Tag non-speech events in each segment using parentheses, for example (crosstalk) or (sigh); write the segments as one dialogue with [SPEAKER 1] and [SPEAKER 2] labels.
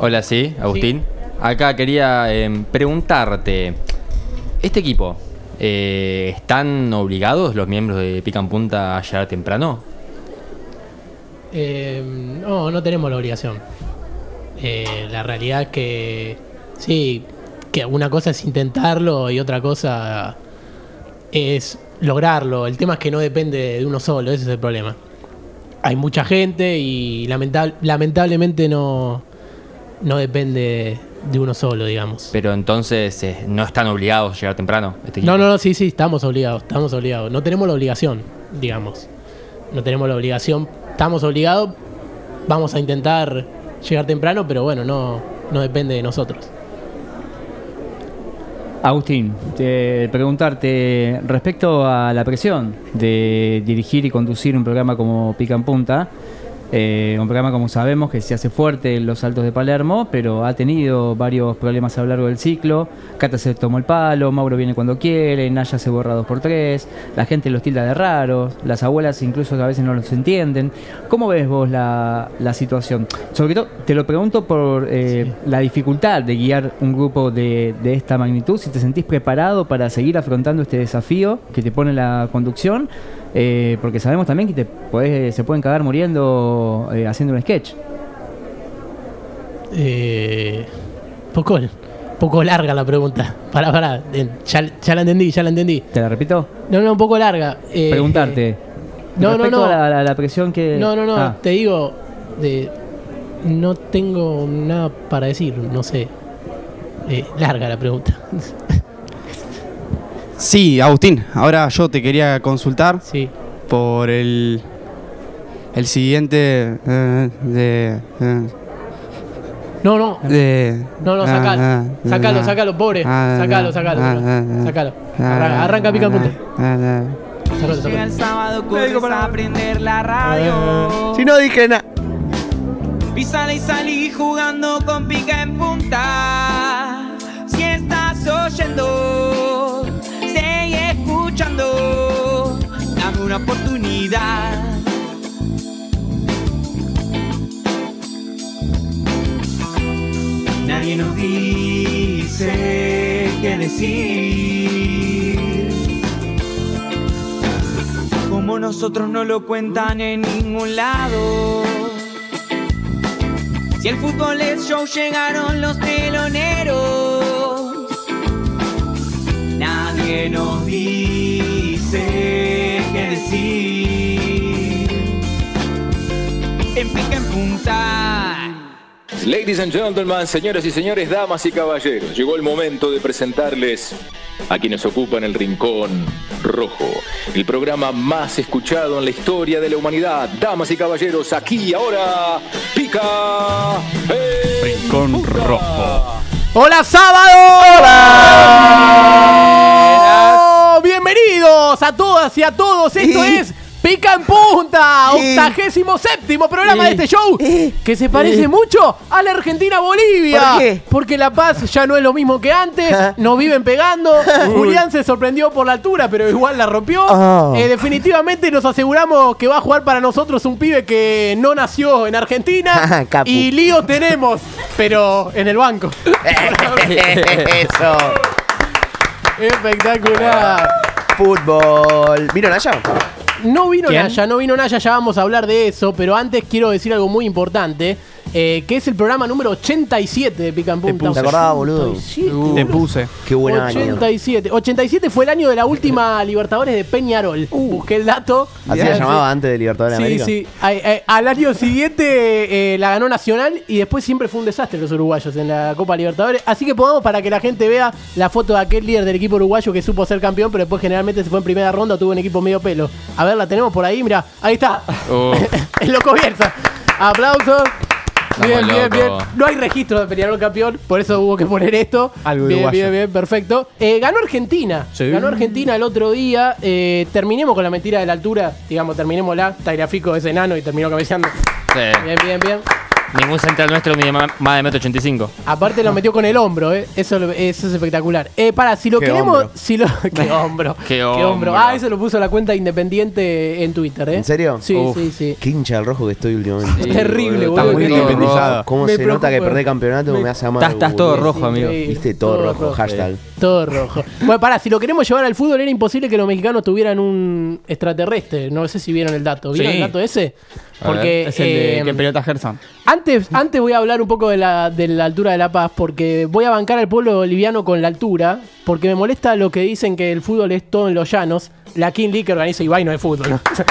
[SPEAKER 1] Hola, sí, Agustín. Acá quería eh, preguntarte, ¿este equipo eh, están obligados los miembros de Pican Punta a llegar temprano?
[SPEAKER 2] Eh, no, no tenemos la obligación. Eh, la realidad es que sí, que una cosa es intentarlo y otra cosa es lograrlo. El tema es que no depende de uno solo, ese es el problema. Hay mucha gente y lamenta- lamentablemente no, no depende de uno solo, digamos.
[SPEAKER 1] Pero entonces eh, no están obligados a llegar temprano. Este equipo.
[SPEAKER 2] No, no, no, sí, sí, estamos obligados, estamos obligados. No tenemos la obligación, digamos. No tenemos la obligación, estamos obligados, vamos a intentar llegar temprano, pero bueno, no, no depende de nosotros.
[SPEAKER 3] Agustín, te- preguntarte respecto a la presión de dirigir y conducir un programa como Pica en Punta, eh, un programa como sabemos que se hace fuerte en los Altos de Palermo, pero ha tenido varios problemas a lo largo del ciclo. Cata se tomó el palo, Mauro viene cuando quiere, Naya se borra dos por tres, la gente los tilda de raros, las abuelas incluso a veces no los entienden. ¿Cómo ves vos la, la situación? Sobre todo, te lo pregunto por eh, la dificultad de guiar un grupo de, de esta magnitud, si te sentís preparado para seguir afrontando este desafío que te pone la conducción, eh, porque sabemos también que te podés- se pueden cagar muriendo eh, haciendo un sketch.
[SPEAKER 2] Eh, poco, poco larga la pregunta. (laughs) Pará, pará, eh, ya, ya la entendí, ya la entendí.
[SPEAKER 3] ¿Te la repito?
[SPEAKER 2] No, no, un poco larga. eh,
[SPEAKER 3] Preguntarte.
[SPEAKER 2] no, no,
[SPEAKER 3] respecto
[SPEAKER 2] no.
[SPEAKER 3] A la, a la- a la presión que...
[SPEAKER 2] No, no, no,
[SPEAKER 3] Ah,
[SPEAKER 2] te digo, de- no tengo nada para decir, no sé. Eh, larga la pregunta. (laughs)
[SPEAKER 4] Sí, Agustín, ahora yo te quería consultar
[SPEAKER 2] sí.
[SPEAKER 4] por el, el siguiente eh, de, eh,
[SPEAKER 2] No, no,
[SPEAKER 4] de-
[SPEAKER 2] No, no, sacalo.
[SPEAKER 4] Ah, ah,
[SPEAKER 2] Sacalo,
[SPEAKER 4] ah,
[SPEAKER 2] sacalo, pobre.
[SPEAKER 4] ah,
[SPEAKER 2] Sacalo,
[SPEAKER 4] ah,
[SPEAKER 2] sacalo.
[SPEAKER 4] ah,
[SPEAKER 2] Sacalo.
[SPEAKER 4] ah,
[SPEAKER 2] Sacalo.
[SPEAKER 4] ah,
[SPEAKER 2] Arranca, arranca, pica el punto.
[SPEAKER 4] ah, ah,
[SPEAKER 2] Sacalo,
[SPEAKER 5] Llega
[SPEAKER 2] sacalo.
[SPEAKER 5] el sábado, corres a prender la radio.
[SPEAKER 4] Si no dije nada.
[SPEAKER 5] Y sale y salí jugando con pica en punta. Si estás oyendo, sigue escuchando. Dame una oportunidad. Nadie nos dice qué decir. Como nosotros no lo cuentan en ningún lado. Si el fútbol es show, llegaron los teloneros. Nadie nos dice qué decir. En pica en punta.
[SPEAKER 6] Ladies and gentlemen, señoras y señores, damas y caballeros, llegó el momento de presentarles a quienes ocupan el rincón rojo, el programa más escuchado en la historia de la humanidad. Damas y caballeros, aquí y ahora, pica en
[SPEAKER 7] Rincón
[SPEAKER 6] Punta.
[SPEAKER 7] Rojo.
[SPEAKER 8] ¡Hola, sábado! ¡Hola! Bienvenidos a todas y a todos. Esto
[SPEAKER 9] Sí.
[SPEAKER 8] es Pica en Punta,
[SPEAKER 9] Sí.
[SPEAKER 8] octagésimo séptimo programa de
[SPEAKER 9] Sí.
[SPEAKER 8] este show
[SPEAKER 9] Sí.
[SPEAKER 8] que se parece
[SPEAKER 9] Sí.
[SPEAKER 8] mucho a la Argentina-Bolivia.
[SPEAKER 9] ¿Por qué?
[SPEAKER 8] Porque La Paz ya no es lo mismo que antes,
[SPEAKER 9] Ah.
[SPEAKER 8] nos
[SPEAKER 9] (laughs)
[SPEAKER 8] viven pegando. Julián se sorprendió por la altura, pero igual la rompió.
[SPEAKER 9] Ah.
[SPEAKER 8] Eh, definitivamente nos aseguramos que va a jugar para nosotros un pibe que no nació en Argentina.
[SPEAKER 9] (laughs) Capu.
[SPEAKER 8] y lío tenemos, pero en el banco.
[SPEAKER 9] Eso.
[SPEAKER 8] Espectacular.
[SPEAKER 9] Fútbol. ¿Vieron allá?
[SPEAKER 8] No vino
[SPEAKER 3] ¿Quién?
[SPEAKER 8] Naya, no vino Naya, ya vamos a hablar de eso, pero antes quiero decir algo muy importante, eh, que es el programa número 87 de Pica en Punta.
[SPEAKER 9] puse. ¿Te acordás, boludo?
[SPEAKER 8] 87.
[SPEAKER 4] Te puse.
[SPEAKER 9] Qué buen año.
[SPEAKER 8] 87. 87 fue el año de la última Libertadores de Peñarol.
[SPEAKER 9] Uh.
[SPEAKER 8] Busqué el dato.
[SPEAKER 9] Así
[SPEAKER 8] Eh,
[SPEAKER 9] la llamaba antes de Libertadores de
[SPEAKER 8] Sí,
[SPEAKER 9] América.
[SPEAKER 8] sí. Ay, ay, al año siguiente eh, la ganó Nacional y después siempre fue un desastre los uruguayos en la Copa Libertadores. Así que pongamos para que la gente vea la foto de aquel líder del equipo uruguayo que supo ser campeón, pero después generalmente se fue en primera ronda o tuvo un equipo medio pelo. A ver, la tenemos por ahí, mira, ahí está. (laughs) El loco Bielsa. Aplausos. Bien, bien, bien.
[SPEAKER 1] loco.
[SPEAKER 8] No hay registro de Peñarol campeón, por eso hubo que poner esto.
[SPEAKER 3] Algo
[SPEAKER 8] bien,
[SPEAKER 3] uruguayo.
[SPEAKER 8] bien, bien, perfecto. Eh, ganó Argentina.
[SPEAKER 3] Sí.
[SPEAKER 8] Ganó Argentina el otro día. Eh, terminemos con la mentira de la altura. Digamos, terminémosla. Tagrafico es enano y terminó cabeceando.
[SPEAKER 1] Sí.
[SPEAKER 8] Bien, bien, bien.
[SPEAKER 1] Ningún central nuestro mide ma- más de metro 85.
[SPEAKER 8] Aparte lo metió con el hombro, ¿eh? eso, lo- eso es espectacular. Eh, para, si lo
[SPEAKER 9] Qué
[SPEAKER 8] queremos.
[SPEAKER 9] hombro.
[SPEAKER 8] Si lo, (laughs) qué hombro.
[SPEAKER 1] Qué hombro.
[SPEAKER 8] Ah, eso lo puso la cuenta independiente en Twitter, ¿eh?
[SPEAKER 9] ¿En serio?
[SPEAKER 8] Sí,
[SPEAKER 9] Uf.
[SPEAKER 8] sí, sí.
[SPEAKER 9] Qué hincha del rojo que estoy últimamente.
[SPEAKER 8] Sí, Es terrible,
[SPEAKER 9] Está
[SPEAKER 8] boludo,
[SPEAKER 9] muy
[SPEAKER 8] que-
[SPEAKER 9] independizado. ¿Cómo
[SPEAKER 8] Me
[SPEAKER 9] se nota que
[SPEAKER 8] preocupa.
[SPEAKER 9] perder campeonato? Me,
[SPEAKER 8] Me-
[SPEAKER 9] hace amar.
[SPEAKER 1] Estás- estás todo rojo. amigo.
[SPEAKER 8] Increíble.
[SPEAKER 9] Viste, todo, rojo, hashtag.
[SPEAKER 8] Todo rojo. Bueno, pará, si lo queremos llevar al fútbol, era imposible que los mexicanos tuvieran un extraterrestre. No sé si vieron el dato. ¿Vieron
[SPEAKER 2] Sí.
[SPEAKER 8] el dato ese?
[SPEAKER 1] A
[SPEAKER 8] Porque.
[SPEAKER 1] ver,
[SPEAKER 2] Es el de
[SPEAKER 8] eh,
[SPEAKER 2] que pelota Gerson.
[SPEAKER 8] Antes, antes voy a hablar un poco de la, de la altura de La Paz, porque voy a bancar al pueblo boliviano con la altura, porque me molesta lo que dicen que el fútbol es todo en los llanos. La King League que organiza Ibai no es fútbol.
[SPEAKER 1] Eso.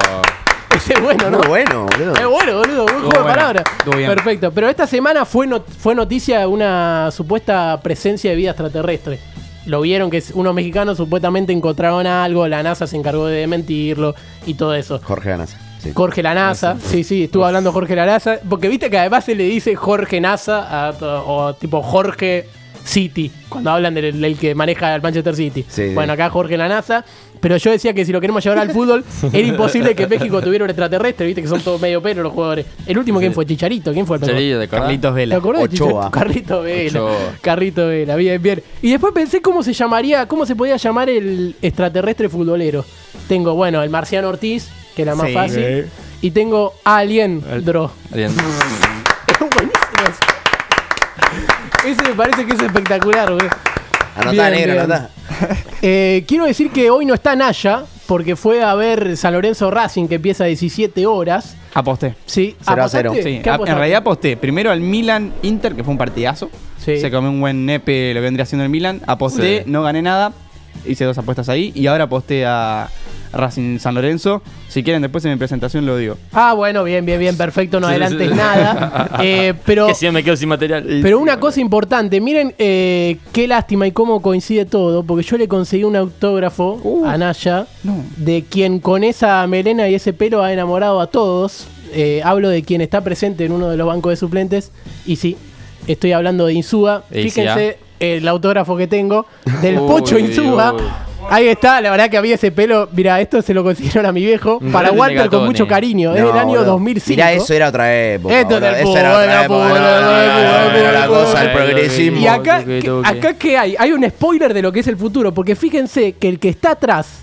[SPEAKER 8] (laughs) Ese es bueno, ¿no?
[SPEAKER 9] Muy bueno, boludo.
[SPEAKER 8] Es bueno, boludo, buen juego
[SPEAKER 2] bueno,
[SPEAKER 8] de palabras.
[SPEAKER 2] estuvo bien.
[SPEAKER 8] Perfecto. Pero esta semana fue, not- fue noticia una supuesta presencia de vida extraterrestre. Lo vieron que es- unos mexicanos supuestamente encontraron algo, la NASA se encargó de mentirlo y todo eso.
[SPEAKER 9] Jorge Ganas. Sí.
[SPEAKER 8] Jorge la NASA, sí, sí, estuvo hablando Jorge la NASA, porque viste que además se le dice Jorge NASA a to- o tipo Jorge City, cuando hablan del, del que maneja el Manchester City.
[SPEAKER 9] Sí,
[SPEAKER 8] bueno,
[SPEAKER 9] sí.
[SPEAKER 8] acá Jorge la NASA, pero yo decía que si lo queremos llevar al
[SPEAKER 9] (laughs)
[SPEAKER 8] fútbol, era imposible que México tuviera un extraterrestre, viste que son todos medio pelo los jugadores. El último, ¿quién fue? Chicharito, ¿quién fue el
[SPEAKER 1] Chelido de Carlitos.
[SPEAKER 4] Carlitos
[SPEAKER 8] ¿Te
[SPEAKER 4] Vela.
[SPEAKER 8] acordás de
[SPEAKER 9] Ochoa.
[SPEAKER 8] Chicharito? (laughs) Carrito Vela.
[SPEAKER 1] Ochoa.
[SPEAKER 8] Carrito Vela, bien, bien. Y después pensé cómo se llamaría, cómo se podía llamar el extraterrestre futbolero. Tengo, bueno, el Marciano Ortiz, que era más
[SPEAKER 2] Sí.
[SPEAKER 8] fácil. Y tengo Alien Dro. (laughs)
[SPEAKER 1] Bien.
[SPEAKER 8] Es buenísimo. ese. Ese me parece que es espectacular, güey.
[SPEAKER 9] Anotá,
[SPEAKER 8] Bien,
[SPEAKER 9] negro,
[SPEAKER 8] bien.
[SPEAKER 9] anotá.
[SPEAKER 8] Eh, quiero decir que hoy no está Naya, porque fue a ver San Lorenzo Racing, que empieza a 17 horas.
[SPEAKER 2] Aposté.
[SPEAKER 8] Sí,
[SPEAKER 9] Cero a cero.
[SPEAKER 8] ¿apostaste?
[SPEAKER 2] Sí,
[SPEAKER 8] ¿Qué
[SPEAKER 2] a- en
[SPEAKER 8] apostaste?
[SPEAKER 2] realidad aposté. Primero al Milan Inter, que fue un partidazo.
[SPEAKER 8] Sí.
[SPEAKER 2] Se comió un buen nepe lo que vendría haciendo el Milan. Aposté,
[SPEAKER 1] Sí.
[SPEAKER 2] no gané nada. Hice dos apuestas ahí. Y ahora aposté a Racing San Lorenzo. Si quieren, después en mi presentación lo digo.
[SPEAKER 8] Ah, bueno, bien, bien, bien, perfecto, no
[SPEAKER 1] Sí,
[SPEAKER 8] adelantes
[SPEAKER 1] sí.
[SPEAKER 8] nada. Eh, pero,
[SPEAKER 1] Que si no me quedo sin material.
[SPEAKER 8] pero una cosa importante, miren eh, qué lástima y cómo coincide todo, porque yo le conseguí un autógrafo
[SPEAKER 2] Uh,
[SPEAKER 8] a Naya,
[SPEAKER 2] no.
[SPEAKER 8] de quien con esa melena y ese pelo ha enamorado a todos. Eh, hablo de quien está presente en uno de los bancos de suplentes, y sí, estoy hablando de Insúa.
[SPEAKER 1] Y sí, ah.
[SPEAKER 8] Fíjense el autógrafo que tengo del
[SPEAKER 1] Uy,
[SPEAKER 8] Pocho Insúa.
[SPEAKER 1] uy.
[SPEAKER 8] Ahí está, la verdad que había ese pelo. Mira, esto se lo consiguieron a mi viejo.
[SPEAKER 1] Un eh.
[SPEAKER 8] Para
[SPEAKER 1] grande
[SPEAKER 8] Walter con
[SPEAKER 1] Gatone.
[SPEAKER 8] mucho cariño. es
[SPEAKER 9] No,
[SPEAKER 8] del año
[SPEAKER 9] boludo.
[SPEAKER 8] 2005.
[SPEAKER 9] Mirá, eso era otra época.
[SPEAKER 8] Esto es
[SPEAKER 9] boludo.
[SPEAKER 8] el
[SPEAKER 9] Eso era otra
[SPEAKER 8] fútbol,
[SPEAKER 9] época. No, no, no, no, no, era la
[SPEAKER 8] fútbol,
[SPEAKER 9] cosa, el
[SPEAKER 1] fútbol.
[SPEAKER 9] progresismo.
[SPEAKER 8] Y acá,
[SPEAKER 1] Toque,
[SPEAKER 8] ¿qué-
[SPEAKER 1] toque.
[SPEAKER 8] acá ¿qué hay? Hay un spoiler de lo que es el futuro, porque fíjense que el que está atrás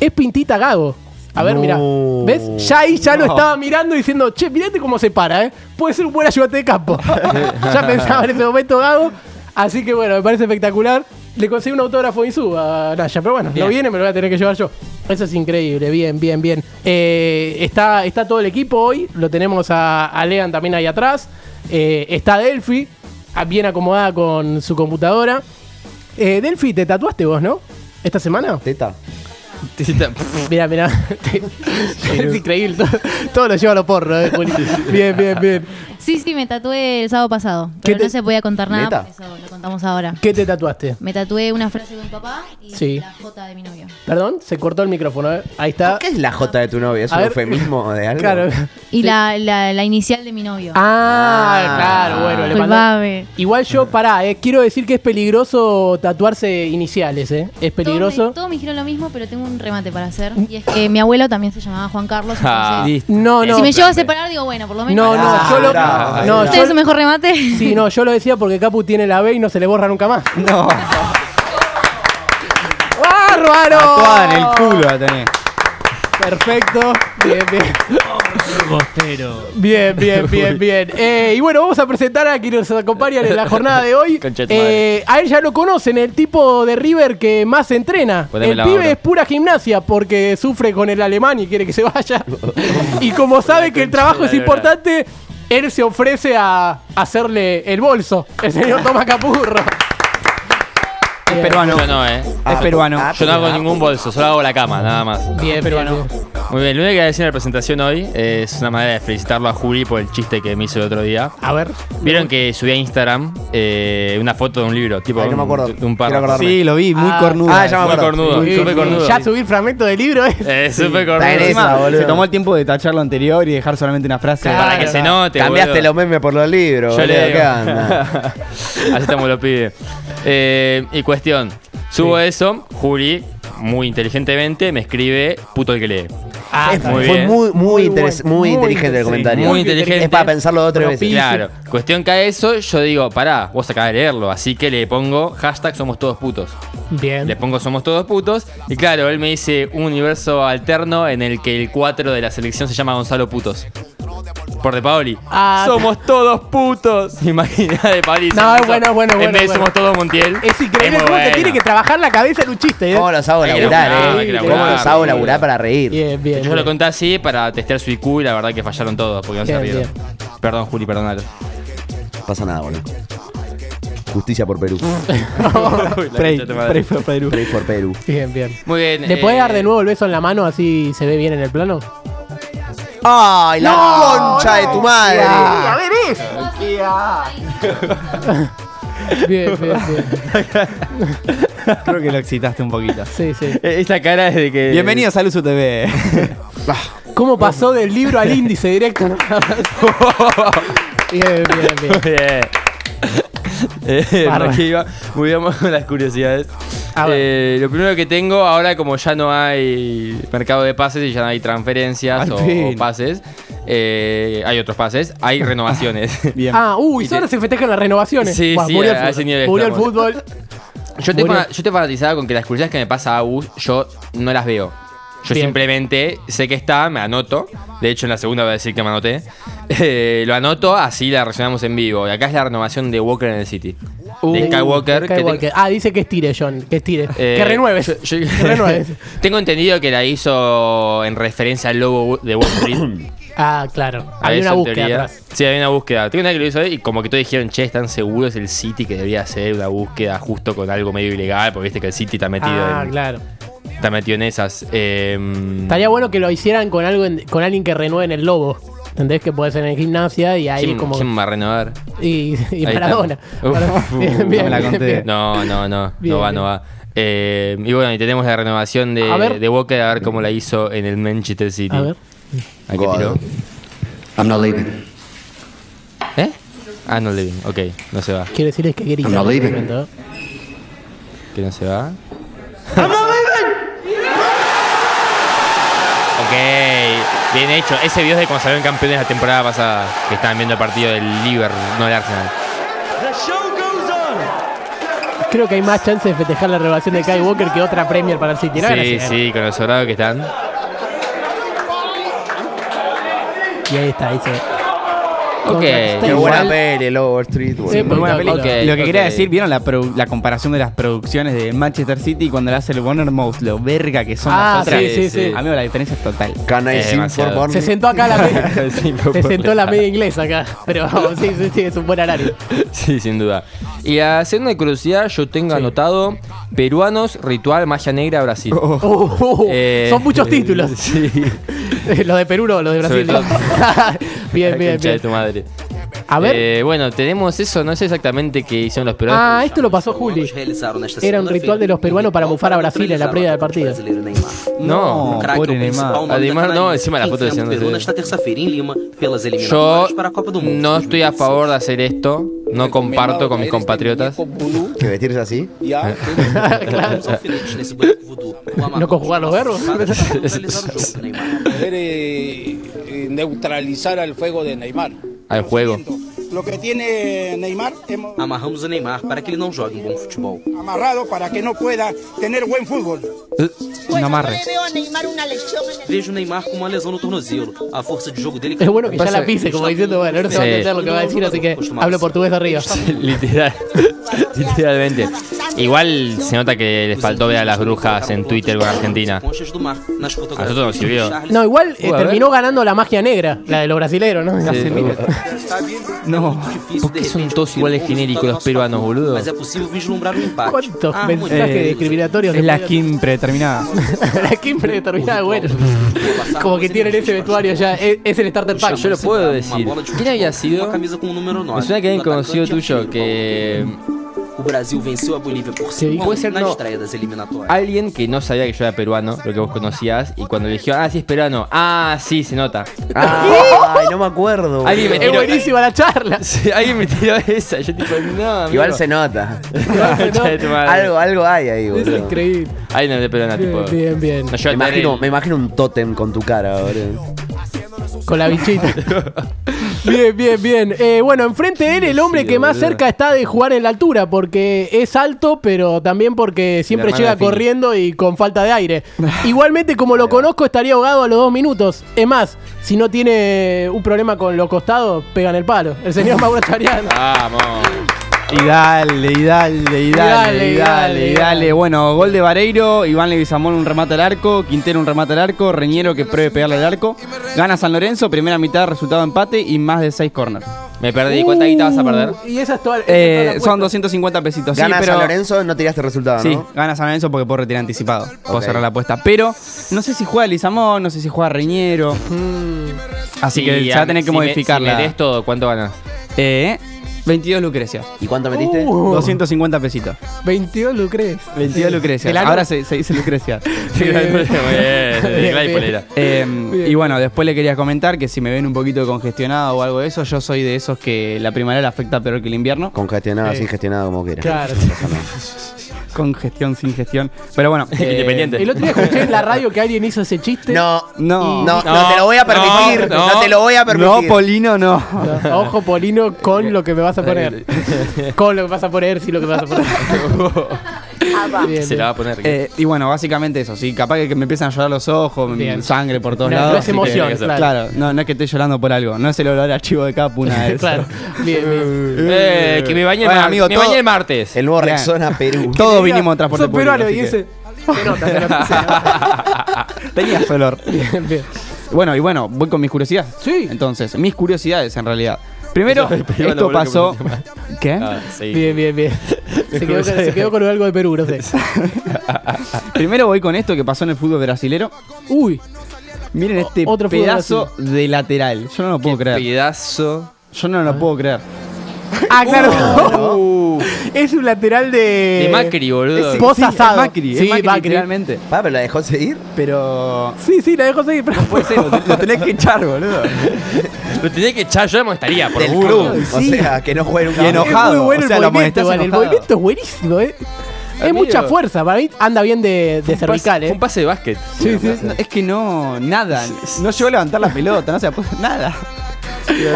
[SPEAKER 8] es Pintita Gago. A ver,
[SPEAKER 9] No.
[SPEAKER 8] mira. ¿Ves? Ya ahí ya lo estaba mirando diciendo, che, mirate cómo se para, ¿eh? Puede ser un buen ayudante de campo. (laughs) ya pensaba en ese momento Gago. Así que bueno, me parece espectacular. Le conseguí un autógrafo y su a Naya, pero bueno, no viene, me lo voy a tener que llevar yo. Eso es increíble, bien, bien, bien. Eh, está, está todo el equipo hoy, lo tenemos a, a Lean también ahí atrás. Eh, está Delphi, ah, bien acomodada con su computadora. Eh, Delphi, te tatuaste vos, ¿no? ¿Esta semana?
[SPEAKER 9] Teta.
[SPEAKER 8] Mira,
[SPEAKER 2] (laughs)
[SPEAKER 8] mira. es increíble. Todo, todo lo lleva a lo porro, eh, Juli. Bien, bien, bien.
[SPEAKER 7] Sí, sí, me tatué el sábado pasado.
[SPEAKER 8] ¿Qué
[SPEAKER 7] Pero
[SPEAKER 8] te-
[SPEAKER 7] no se podía contar nada,
[SPEAKER 9] ¿Neta?
[SPEAKER 7] por eso lo contamos ahora.
[SPEAKER 8] ¿Qué te tatuaste?
[SPEAKER 7] Me tatué una frase de mi papá y
[SPEAKER 8] Sí.
[SPEAKER 7] la J de mi novio.
[SPEAKER 8] Perdón, se cortó el micrófono. eh. Ahí está.
[SPEAKER 9] ¿Qué es la J de tu novia? ¿Es
[SPEAKER 8] A
[SPEAKER 9] un
[SPEAKER 8] ver.
[SPEAKER 9] eufemismo de algo?
[SPEAKER 8] Claro.
[SPEAKER 7] Y la, la, la inicial de mi novio.
[SPEAKER 8] Ah,
[SPEAKER 9] Ah.
[SPEAKER 8] claro, bueno, le mandó.
[SPEAKER 7] Disculpame.
[SPEAKER 8] Igual yo, pará, eh, quiero decir que es peligroso tatuarse iniciales, ¿eh? Es
[SPEAKER 7] Todos
[SPEAKER 8] peligroso. Mm.
[SPEAKER 7] me, todos me dijeron lo mismo, pero tengo un remate para hacer. Y es que mi abuelo también se llamaba Juan Carlos.
[SPEAKER 1] Ah,
[SPEAKER 7] entonces,
[SPEAKER 8] No, no.
[SPEAKER 7] si me llego a separar, digo, bueno, por lo menos.
[SPEAKER 8] No, no,
[SPEAKER 9] Ah,
[SPEAKER 8] yo lo.
[SPEAKER 9] bravo.
[SPEAKER 8] No,
[SPEAKER 7] ¿Ustedes
[SPEAKER 8] yo,
[SPEAKER 7] son mejor remate?
[SPEAKER 8] sí,
[SPEAKER 7] (laughs)
[SPEAKER 8] no, yo lo decía porque Capu tiene la B y no se le borra nunca más.
[SPEAKER 2] No,
[SPEAKER 8] ¡Bárbaro!
[SPEAKER 2] tatuada en el culo la tenés.
[SPEAKER 8] Perfecto. Bien, bien. Bien, (laughs) bien, bien, bien. Eh, y bueno, vamos a presentar a quienes nos acompañan en la jornada de hoy.
[SPEAKER 1] Concha tu
[SPEAKER 8] Eh, a él ya lo conocen, el tipo de River que más se entrena.
[SPEAKER 1] Poneme
[SPEAKER 8] el
[SPEAKER 1] la
[SPEAKER 8] pibe
[SPEAKER 1] obra.
[SPEAKER 8] es pura gimnasia porque sufre con el alemán y quiere que se vaya. y como sabe que el trabajo es importante, él se ofrece a hacerle el bolso. El señor Tomás Capurro.
[SPEAKER 2] Es peruano.
[SPEAKER 1] Yo no, eh.
[SPEAKER 2] Es peruano.
[SPEAKER 1] Yo no hago ningún bolso, solo hago la cama, nada más.
[SPEAKER 8] Bien, peruano.
[SPEAKER 1] Muy bien, lo único que voy a decir en la presentación hoy es una manera de felicitarlo a Juli por el chiste que me hizo el otro día.
[SPEAKER 8] A ver.
[SPEAKER 1] Vieron que subí a Instagram eh, una foto de un libro, tipo
[SPEAKER 9] Ay, no me
[SPEAKER 1] un-
[SPEAKER 9] acuerdo.
[SPEAKER 1] de un
[SPEAKER 9] Quiero
[SPEAKER 1] párrafo.
[SPEAKER 9] acordarme.
[SPEAKER 2] Sí, lo vi, muy
[SPEAKER 8] Ah,
[SPEAKER 2] cornudo.
[SPEAKER 9] ah, ya me
[SPEAKER 1] Muy
[SPEAKER 9] acuerdo.
[SPEAKER 1] cornudo,
[SPEAKER 8] Sí,
[SPEAKER 1] súper
[SPEAKER 8] sí,
[SPEAKER 1] cornudo.
[SPEAKER 8] Eh, Ya subir fragmento de libro es.
[SPEAKER 1] Eh, súper
[SPEAKER 9] Está en
[SPEAKER 1] cornudo.
[SPEAKER 9] esa, boludo.
[SPEAKER 2] Se tomó el tiempo de tachar lo anterior y dejar solamente una frase.
[SPEAKER 1] Para que se note,
[SPEAKER 9] Cambiaste
[SPEAKER 1] boludo.
[SPEAKER 9] los memes por los libros.
[SPEAKER 1] Yo
[SPEAKER 9] boludo,
[SPEAKER 1] leo.
[SPEAKER 9] ¿Qué
[SPEAKER 1] (laughs)
[SPEAKER 9] onda?
[SPEAKER 1] Así estamos los pibes. Eh, y cuestión. Subo eso, Juli muy inteligentemente me escribe puto el que lee.
[SPEAKER 8] Ah,
[SPEAKER 10] Es-
[SPEAKER 1] muy
[SPEAKER 10] fue
[SPEAKER 1] bien.
[SPEAKER 10] muy, muy, interes-
[SPEAKER 11] bueno,
[SPEAKER 10] muy
[SPEAKER 11] muy
[SPEAKER 10] inteligente el
[SPEAKER 11] inteligente.
[SPEAKER 10] comentario.
[SPEAKER 1] Muy inteligente.
[SPEAKER 10] Es para pensarlo dos o tres
[SPEAKER 11] Pero
[SPEAKER 10] veces.
[SPEAKER 11] pi-
[SPEAKER 1] Claro, cuestión que a eso yo digo, pará, vos acabas de leerlo, así que le pongo hashtag somos todos putos.
[SPEAKER 8] Bien.
[SPEAKER 1] Le pongo somos todos putos y claro, él me dice un universo alterno en el que el 4 de la selección se llama Gonzalo Putos. Por De Paoli.
[SPEAKER 8] Ah.
[SPEAKER 1] somos todos putos. (laughs) Imagina De Paoli.
[SPEAKER 8] No,
[SPEAKER 1] somos
[SPEAKER 8] es bueno,
[SPEAKER 1] todos-
[SPEAKER 8] bueno,
[SPEAKER 1] En
[SPEAKER 8] bueno,
[SPEAKER 1] vez de
[SPEAKER 8] bueno.
[SPEAKER 1] somos todos Montiel.
[SPEAKER 11] Es increíble
[SPEAKER 1] Eh, muy
[SPEAKER 11] cómo te
[SPEAKER 1] bueno.
[SPEAKER 11] tiene que trabajar la cabeza en un chiste. ¿eh?
[SPEAKER 10] ¿Cómo los hago
[SPEAKER 1] Hay que
[SPEAKER 10] laburar,
[SPEAKER 1] laburar, hay
[SPEAKER 10] eh?
[SPEAKER 1] que
[SPEAKER 10] ¿Cómo
[SPEAKER 1] laburar,
[SPEAKER 10] los hago
[SPEAKER 1] boludo.
[SPEAKER 10] laburar para reír?
[SPEAKER 8] Bien, bien.
[SPEAKER 1] Yo lo
[SPEAKER 8] bien.
[SPEAKER 1] conté así para testear su IQ y la verdad que fallaron todos porque no se
[SPEAKER 8] Bien,
[SPEAKER 1] rieron. Perdón, Juli, perdónalo.
[SPEAKER 10] No pasa nada, boludo. Justicia por Perú.
[SPEAKER 11] Pray,
[SPEAKER 1] concha de tu madre.
[SPEAKER 11] pray for Perú.
[SPEAKER 10] Pray for Perú.
[SPEAKER 8] Bien, bien.
[SPEAKER 1] Muy bien.
[SPEAKER 8] ¿Le
[SPEAKER 1] eh,
[SPEAKER 8] podés dar de nuevo el beso en la mano así se ve bien en el plano?
[SPEAKER 10] ¡Ay, la
[SPEAKER 11] No,
[SPEAKER 10] concha de tu madre!
[SPEAKER 11] A ver eso.
[SPEAKER 1] (laughs)
[SPEAKER 8] Bien, bien, bien.
[SPEAKER 3] Creo que lo excitaste un poquito.
[SPEAKER 8] Sí, sí.
[SPEAKER 1] (laughs) Esa cara es de que.
[SPEAKER 3] Bienvenidos a Luzu TV.
[SPEAKER 11] ¿Cómo pasó del libro al índice directo?
[SPEAKER 3] (laughs)
[SPEAKER 11] ¿no?
[SPEAKER 8] Ah, Bien, bien,
[SPEAKER 1] (laughs)
[SPEAKER 8] bien.
[SPEAKER 1] Muy bien. Eh,
[SPEAKER 8] Bárbaro.
[SPEAKER 1] aquí iba. Muy bien, vamos con las curiosidades.
[SPEAKER 8] A ver.
[SPEAKER 1] Eh, lo primero que tengo, ahora como ya no hay mercado de pases y ya no hay transferencias
[SPEAKER 3] Al
[SPEAKER 1] o,
[SPEAKER 3] fin.
[SPEAKER 1] o pases, eh, hay otros pases, hay renovaciones.
[SPEAKER 3] Bien.
[SPEAKER 11] Ah, uy,
[SPEAKER 1] Y te-
[SPEAKER 11] ahora se festejan las renovaciones.
[SPEAKER 1] Sí,
[SPEAKER 11] Buah,
[SPEAKER 1] sí,
[SPEAKER 11] murió el
[SPEAKER 1] a- a ese
[SPEAKER 11] fútbol.
[SPEAKER 1] nivel
[SPEAKER 11] Murió el
[SPEAKER 1] estamos.
[SPEAKER 11] fútbol.
[SPEAKER 1] Yo estoy,
[SPEAKER 11] Murió.
[SPEAKER 1] fana- yo estoy fanatizado con que las curiosidades que me pasa a Agus, yo no las veo. Yo
[SPEAKER 8] Bien.
[SPEAKER 1] simplemente sé que está, me anoto. De hecho, en la segunda voy a decir que me anoté. Eh, lo anoto, así la reaccionamos en vivo. Y acá es la renovación de Walker en el City. de Skywalker. que te-
[SPEAKER 8] Uh, Skywalker. Ah, dice que estire, John. Que estire.
[SPEAKER 1] eh,
[SPEAKER 8] que renueves.
[SPEAKER 1] yo- yo-
[SPEAKER 8] que renueves.
[SPEAKER 1] (laughs) Tengo entendido que la hizo en referencia al lobo de Wall
[SPEAKER 8] (coughs)
[SPEAKER 1] Street.
[SPEAKER 8] Ah, claro.
[SPEAKER 1] A
[SPEAKER 8] Hay
[SPEAKER 1] eso
[SPEAKER 8] una
[SPEAKER 1] en
[SPEAKER 8] búsqueda
[SPEAKER 1] teoría.
[SPEAKER 8] atrás.
[SPEAKER 1] Sí, había una búsqueda. Tengo una que lo hizo ahí y como que todos dijeron, che, están seguros el City que debería hacer una búsqueda justo con algo medio ilegal, porque viste que el City está metido
[SPEAKER 8] Ah,
[SPEAKER 1] en,
[SPEAKER 8] claro.
[SPEAKER 1] Está metido en esas. em,
[SPEAKER 8] Estaría bueno que lo hicieran con algo en- con alguien que renueve en el lobo. ¿Entendés? Que puede ser en gimnasia y ahí
[SPEAKER 1] ¿quién,
[SPEAKER 8] como.
[SPEAKER 1] quién va a renovar?
[SPEAKER 8] Y, y
[SPEAKER 1] Ahí está.
[SPEAKER 8] Maradona.
[SPEAKER 1] Uf,
[SPEAKER 8] Maradona. (laughs)
[SPEAKER 1] uf,
[SPEAKER 8] bien,
[SPEAKER 1] uf,
[SPEAKER 8] bien,
[SPEAKER 3] me la
[SPEAKER 8] bien,
[SPEAKER 3] conté.
[SPEAKER 8] bien.
[SPEAKER 1] No, no, no.
[SPEAKER 8] Bien,
[SPEAKER 1] no va,
[SPEAKER 8] bien.
[SPEAKER 1] no va. Eh, y bueno, y tenemos la renovación de,
[SPEAKER 8] A ver.
[SPEAKER 1] de Walker a ver cómo la hizo en el Manchester City.
[SPEAKER 8] A ver.
[SPEAKER 1] ¿A qué tiró?
[SPEAKER 10] God.
[SPEAKER 5] I'm not leaving.
[SPEAKER 1] ¿Eh? Ah, no, Levin. Ok, no se va.
[SPEAKER 8] Quiero decirles que quería.
[SPEAKER 5] I'm not leaving.
[SPEAKER 1] Que no se
[SPEAKER 8] ¡Ah,
[SPEAKER 1] va. ok, bien hecho. Ese video es de cuando salieron campeones la temporada pasada. Que estaban viendo el partido del Liverpool, no del Arsenal.
[SPEAKER 8] Creo que hay más chances de festejar la revelación de Kai Walker que otra Premier para el City. No,
[SPEAKER 1] Sí,
[SPEAKER 8] gracias.
[SPEAKER 1] sí, con los sobrados que están.
[SPEAKER 8] Y ahí está, dice.
[SPEAKER 1] Ok.
[SPEAKER 8] Está
[SPEAKER 10] Qué
[SPEAKER 8] igual.
[SPEAKER 10] buena peli, el Overstreet, boludo.
[SPEAKER 8] Sí,
[SPEAKER 3] Muy buena
[SPEAKER 8] Ok,
[SPEAKER 3] película.
[SPEAKER 1] Eh, ok.
[SPEAKER 3] Lo que quería decir, ¿vieron la, produ- la comparación de las producciones de Manchester City cuando la hace el Warner Mouse? Lo verga que son
[SPEAKER 8] Ah,
[SPEAKER 3] las otras.
[SPEAKER 8] sí, sí,
[SPEAKER 1] sí.
[SPEAKER 3] Amigo, la diferencia es total.
[SPEAKER 10] Can I
[SPEAKER 1] Eh,
[SPEAKER 10] sing
[SPEAKER 1] demasiado.
[SPEAKER 10] for Barney?
[SPEAKER 8] Se sentó
[SPEAKER 1] (laughs)
[SPEAKER 8] acá la media.
[SPEAKER 1] Sí,
[SPEAKER 8] Se
[SPEAKER 1] por-
[SPEAKER 8] sentó la media inglesa acá. Pero vamos, sí, sí, sí, es un buen
[SPEAKER 1] (laughs)
[SPEAKER 8] horario.
[SPEAKER 1] Sí, sin duda. Y la segunda curiosidad, yo tengo anotado peruanos, ritual, magia negra, Brasil.
[SPEAKER 8] Uh, uh,
[SPEAKER 1] Eh,
[SPEAKER 8] son muchos títulos.
[SPEAKER 1] (laughs) Sí.
[SPEAKER 8] (laughs) los de Perú no, (laughs) los de
[SPEAKER 1] Sobre
[SPEAKER 8] Brasil.
[SPEAKER 1] todo.
[SPEAKER 8] no. bien, bien,
[SPEAKER 1] Concha de
[SPEAKER 8] bien.
[SPEAKER 1] tu madre.
[SPEAKER 8] A ver.
[SPEAKER 1] Eh, bueno, tenemos eso, no sé exactamente qué hicieron los peruanos.
[SPEAKER 8] Ah, esto lo pasó Juli.
[SPEAKER 5] este
[SPEAKER 8] Era un ritual de los peruanos para mufar a Brasil en la previa del partido.
[SPEAKER 1] No.
[SPEAKER 3] No, pobre Neymar.
[SPEAKER 1] Oh, Además, no, encima la foto diciendo Yo no estoy a favor de hacer esto, no comparto con mis compatriotas.
[SPEAKER 10] Que vestirse así.
[SPEAKER 1] (laughs) Э.
[SPEAKER 5] (laughs)
[SPEAKER 8] ¿No conjugar los verbos?
[SPEAKER 1] (laughs)
[SPEAKER 5] eh, neutralizar al fuego de Neymar.
[SPEAKER 1] Al juego.
[SPEAKER 5] Lo que tiene Neymar hemos
[SPEAKER 4] Amarramos a Neymar para que ele não jogue um bom futebol.
[SPEAKER 5] amarrado para que no pueda tener buen fútbol.
[SPEAKER 2] Eh,
[SPEAKER 3] No amarres.
[SPEAKER 4] Vejo o Neymar com uma lesão no tornozelo. A força de jogo dele
[SPEAKER 8] Es bueno que ya
[SPEAKER 1] Pasa-
[SPEAKER 8] la pise, como diciendo, bueno, ahora se va a
[SPEAKER 1] Sí.
[SPEAKER 8] entender lo que va a decir, así que hablo portugués arriba.
[SPEAKER 1] Literal. (laughs) Literalmente. Igual se nota que les faltó ver a las brujas en Twitter con Argentina.
[SPEAKER 4] conchas do mar nas
[SPEAKER 1] A nosotros nos sirvió.
[SPEAKER 8] No, igual eh,
[SPEAKER 1] Uh, a ver.
[SPEAKER 8] terminó ganando la magia negra, la de los brasileros, ¿no?
[SPEAKER 1] Sí.
[SPEAKER 3] No.
[SPEAKER 1] ¿Por qué son todos iguales genéricos los peruanos, boludo?
[SPEAKER 8] ¿Cuántos
[SPEAKER 5] Ah,
[SPEAKER 8] mensajes
[SPEAKER 3] Eh,
[SPEAKER 8] discriminatorios?
[SPEAKER 3] Es
[SPEAKER 8] le
[SPEAKER 3] la
[SPEAKER 8] pueden-
[SPEAKER 3] skin predeterminada.
[SPEAKER 8] (laughs) la skin predeterminada, bueno. (laughs) Como que tienen ese vestuario ya, es, es el starter pack.
[SPEAKER 1] Yo lo puedo decir. ¿Quién había sido?
[SPEAKER 4] camisa com o número 9.
[SPEAKER 1] Me suena que mm, hay un conocido tuyo que
[SPEAKER 5] O Brasil venceu a Bolívia por
[SPEAKER 1] Sim.
[SPEAKER 5] 5
[SPEAKER 1] Puede ser,
[SPEAKER 5] na
[SPEAKER 1] no.
[SPEAKER 5] estreia das eliminatórias.
[SPEAKER 1] Alguien que no sabía que yo era peruano, lo que vos conocías, y cuando le dijeron, ah, sí, es peruano, ah, sí, se nota. (laughs)
[SPEAKER 10] Ah, ay, no me acuerdo.
[SPEAKER 1] Alguien me
[SPEAKER 10] boludo.
[SPEAKER 1] tiró-
[SPEAKER 8] la charla.
[SPEAKER 1] Sí, alguien me tiró esa. Yo tipo, no, amigo.
[SPEAKER 10] Igual se
[SPEAKER 1] (laughs)
[SPEAKER 10] nota.
[SPEAKER 1] Concha de tu madre.
[SPEAKER 10] algo, algo hay ahí,
[SPEAKER 1] Es
[SPEAKER 10] boludo.
[SPEAKER 8] increíble.
[SPEAKER 1] Ahí no le peruana, tipo.
[SPEAKER 8] Bien, bien.
[SPEAKER 1] No, yo
[SPEAKER 10] Me
[SPEAKER 1] a tener
[SPEAKER 10] imagino,
[SPEAKER 1] el-
[SPEAKER 10] me imagino un tótem con tu cara, boludo.
[SPEAKER 8] Con la
[SPEAKER 1] (laughs)
[SPEAKER 8] bichita. bien, bien, bien. Eh, bueno, enfrente de él el hombre que más
[SPEAKER 10] boludo.
[SPEAKER 8] cerca está de jugar en la altura, porque es alto, pero también porque siempre
[SPEAKER 1] hermana
[SPEAKER 8] llega
[SPEAKER 1] de Fini.
[SPEAKER 8] corriendo y con falta de
[SPEAKER 1] (laughs)
[SPEAKER 8] aire. Igualmente, como lo conozco, estaría ahogado a los dos minutos. Es más, si no tiene un problema con los costados, pegan el palo. El
[SPEAKER 1] (laughs)
[SPEAKER 8] señor Mauro Chariano.
[SPEAKER 1] Ah, Vamos.
[SPEAKER 4] Y dale, y dale, y dale, y dale, y dale, Bueno, gol de Vareiro, Iván Leguizamón un remate al arco, Quintero un remate al arco, Reñero que pruebe pegarle al arco. Gana San Lorenzo, primera mitad, resultado empate y más de 6 corners.
[SPEAKER 1] Me perdí,
[SPEAKER 8] Uh,
[SPEAKER 1] ¿cuánta guita vas a perder?
[SPEAKER 8] Y esa es toda, esa es toda la
[SPEAKER 4] Eh,
[SPEAKER 8] apuesta.
[SPEAKER 4] son 250 pesitos.
[SPEAKER 10] Gana
[SPEAKER 4] sí, pero,
[SPEAKER 10] San Lorenzo, no tiraste resultado,
[SPEAKER 4] Sí,
[SPEAKER 10] ¿no?
[SPEAKER 4] gana San Lorenzo porque puedo retirar anticipado. Puedo
[SPEAKER 10] Ok.
[SPEAKER 4] cerrar la apuesta. Pero no sé si juega Lizamón, no sé si juega Reñero. Así que
[SPEAKER 1] Y,
[SPEAKER 4] ya
[SPEAKER 1] am,
[SPEAKER 4] tenés que
[SPEAKER 1] si me-
[SPEAKER 4] modificarla.
[SPEAKER 1] Si metés todo, ¿cuánto
[SPEAKER 10] (laughs)
[SPEAKER 1] ganas?
[SPEAKER 4] Eh, 22 Lucrecias.
[SPEAKER 10] ¿Y cuánto metiste?
[SPEAKER 8] Uh,
[SPEAKER 4] 250 pesitos.
[SPEAKER 8] 22 lo crees.
[SPEAKER 4] 22 Lucrecias.
[SPEAKER 8] Del ano.
[SPEAKER 4] Ahora se, se dice
[SPEAKER 8] (laughs)
[SPEAKER 4] Lucrecias.
[SPEAKER 1] Muy bien, de la
[SPEAKER 8] bien.
[SPEAKER 1] polera.
[SPEAKER 4] Eh, y bueno, después le quería comentar que si me ven un poquito congestionado o algo de eso, yo soy de esos que la primavera le afecta peor que el invierno.
[SPEAKER 10] Congestionado,
[SPEAKER 8] Sí.
[SPEAKER 10] sin gestionado, como quieras.
[SPEAKER 8] Claro.
[SPEAKER 4] Con gestión, sin gestión. Pero bueno. eh,
[SPEAKER 1] Independiente.
[SPEAKER 8] El otro (laughs) día escuché en la radio que alguien hizo ese chiste.
[SPEAKER 10] No,
[SPEAKER 4] No,
[SPEAKER 1] No,
[SPEAKER 10] no, no te lo voy a permitir.
[SPEAKER 1] no,
[SPEAKER 10] No,
[SPEAKER 1] no.
[SPEAKER 10] te lo voy a
[SPEAKER 4] no,
[SPEAKER 10] permitir.
[SPEAKER 4] Polino, no.
[SPEAKER 8] No, (laughs) Ojo, Polino, con lo que me vas a
[SPEAKER 1] (laughs)
[SPEAKER 8] poner. Con lo que vas a poner, sí, lo que me vas a poner. Bien,
[SPEAKER 1] Se
[SPEAKER 8] bien.
[SPEAKER 1] la va a poner.
[SPEAKER 4] Eh, y bueno, básicamente eso, sí, capaz que me empiezan a llorar los ojos, me-
[SPEAKER 8] Bien.
[SPEAKER 4] sangre por todos
[SPEAKER 8] No,
[SPEAKER 4] lados.
[SPEAKER 8] no es
[SPEAKER 4] así que-
[SPEAKER 8] emoción, claro.
[SPEAKER 4] no, no es que esté llorando por algo, no es el olor a chivo
[SPEAKER 8] (laughs)
[SPEAKER 4] de capuna eso.
[SPEAKER 8] (laughs) Claro, bien, bien.
[SPEAKER 1] Eh, que me bañé el,
[SPEAKER 4] Bueno,
[SPEAKER 1] mar-
[SPEAKER 4] amigo,
[SPEAKER 1] me
[SPEAKER 4] todo-
[SPEAKER 1] bañé el martes.
[SPEAKER 10] El nuevo
[SPEAKER 4] Bien.
[SPEAKER 10] Rexona Perú.
[SPEAKER 4] (laughs) Todos vinimos en transporte
[SPEAKER 8] Sos
[SPEAKER 4] público.
[SPEAKER 8] peruano,
[SPEAKER 4] así
[SPEAKER 8] y
[SPEAKER 4] que-
[SPEAKER 8] ese. Se nota, se nota, se
[SPEAKER 4] (laughs)
[SPEAKER 8] nota.
[SPEAKER 4] Tenías olor.
[SPEAKER 8] Bien, bien.
[SPEAKER 4] bueno, y bueno, voy con mis curiosidades.
[SPEAKER 8] Sí.
[SPEAKER 4] Entonces, mis curiosidades en realidad. Primero,
[SPEAKER 1] Eso es peruano,
[SPEAKER 4] esto
[SPEAKER 1] boludo,
[SPEAKER 4] pasó.
[SPEAKER 1] como
[SPEAKER 4] ¿Qué?
[SPEAKER 1] Ah, sí.
[SPEAKER 8] Bien, bien, bien.
[SPEAKER 1] (laughs)
[SPEAKER 8] Se quedó, con, se quedó con algo de Perú, no sé.
[SPEAKER 4] Primero voy con esto que pasó en el fútbol brasilero.
[SPEAKER 8] Uy,
[SPEAKER 4] Miren
[SPEAKER 8] O-
[SPEAKER 4] este
[SPEAKER 8] otro fútbol
[SPEAKER 4] pedazo de lateral. Yo no lo puedo creer.
[SPEAKER 1] Pedazo.
[SPEAKER 4] Yo no lo puedo creer.
[SPEAKER 8] ah,
[SPEAKER 4] Uh.
[SPEAKER 8] claro. (laughs) Es un lateral de.
[SPEAKER 1] De
[SPEAKER 4] Eh,
[SPEAKER 1] Macri, boludo.
[SPEAKER 8] es-
[SPEAKER 1] Yo
[SPEAKER 8] Vos
[SPEAKER 4] Sí, es
[SPEAKER 8] asado.
[SPEAKER 4] Macri, es
[SPEAKER 8] Sí,
[SPEAKER 4] Macri,
[SPEAKER 8] Macri.
[SPEAKER 4] literalmente.
[SPEAKER 10] Pa, pero la dejó seguir.
[SPEAKER 4] Pero.
[SPEAKER 8] Sí, sí, la dejo seguir. Pero...
[SPEAKER 4] Puede
[SPEAKER 8] (laughs)
[SPEAKER 4] ser, lo, lo tenés que echar, boludo.
[SPEAKER 1] Lo tenía que echar, yo ya estaría, por
[SPEAKER 10] Del
[SPEAKER 1] burro.
[SPEAKER 10] club. O
[SPEAKER 4] Sí.
[SPEAKER 10] sea, que no juegue un
[SPEAKER 4] Y enojado.
[SPEAKER 8] Es muy bueno
[SPEAKER 4] o sea,
[SPEAKER 8] el
[SPEAKER 4] lo
[SPEAKER 8] movimiento,
[SPEAKER 4] molestás
[SPEAKER 8] igual, El
[SPEAKER 4] enojado.
[SPEAKER 8] movimiento es buenísimo, ¿eh? Es
[SPEAKER 4] Amigo.
[SPEAKER 8] mucha fuerza. Para mí anda bien de, de
[SPEAKER 1] Fue un pase-
[SPEAKER 8] cervical,
[SPEAKER 1] fue
[SPEAKER 8] ¿eh?
[SPEAKER 1] un pase de básquet.
[SPEAKER 4] Sí, sí. No, es que no, nada. No llegó a levantar la pelota, no se la puso- nada.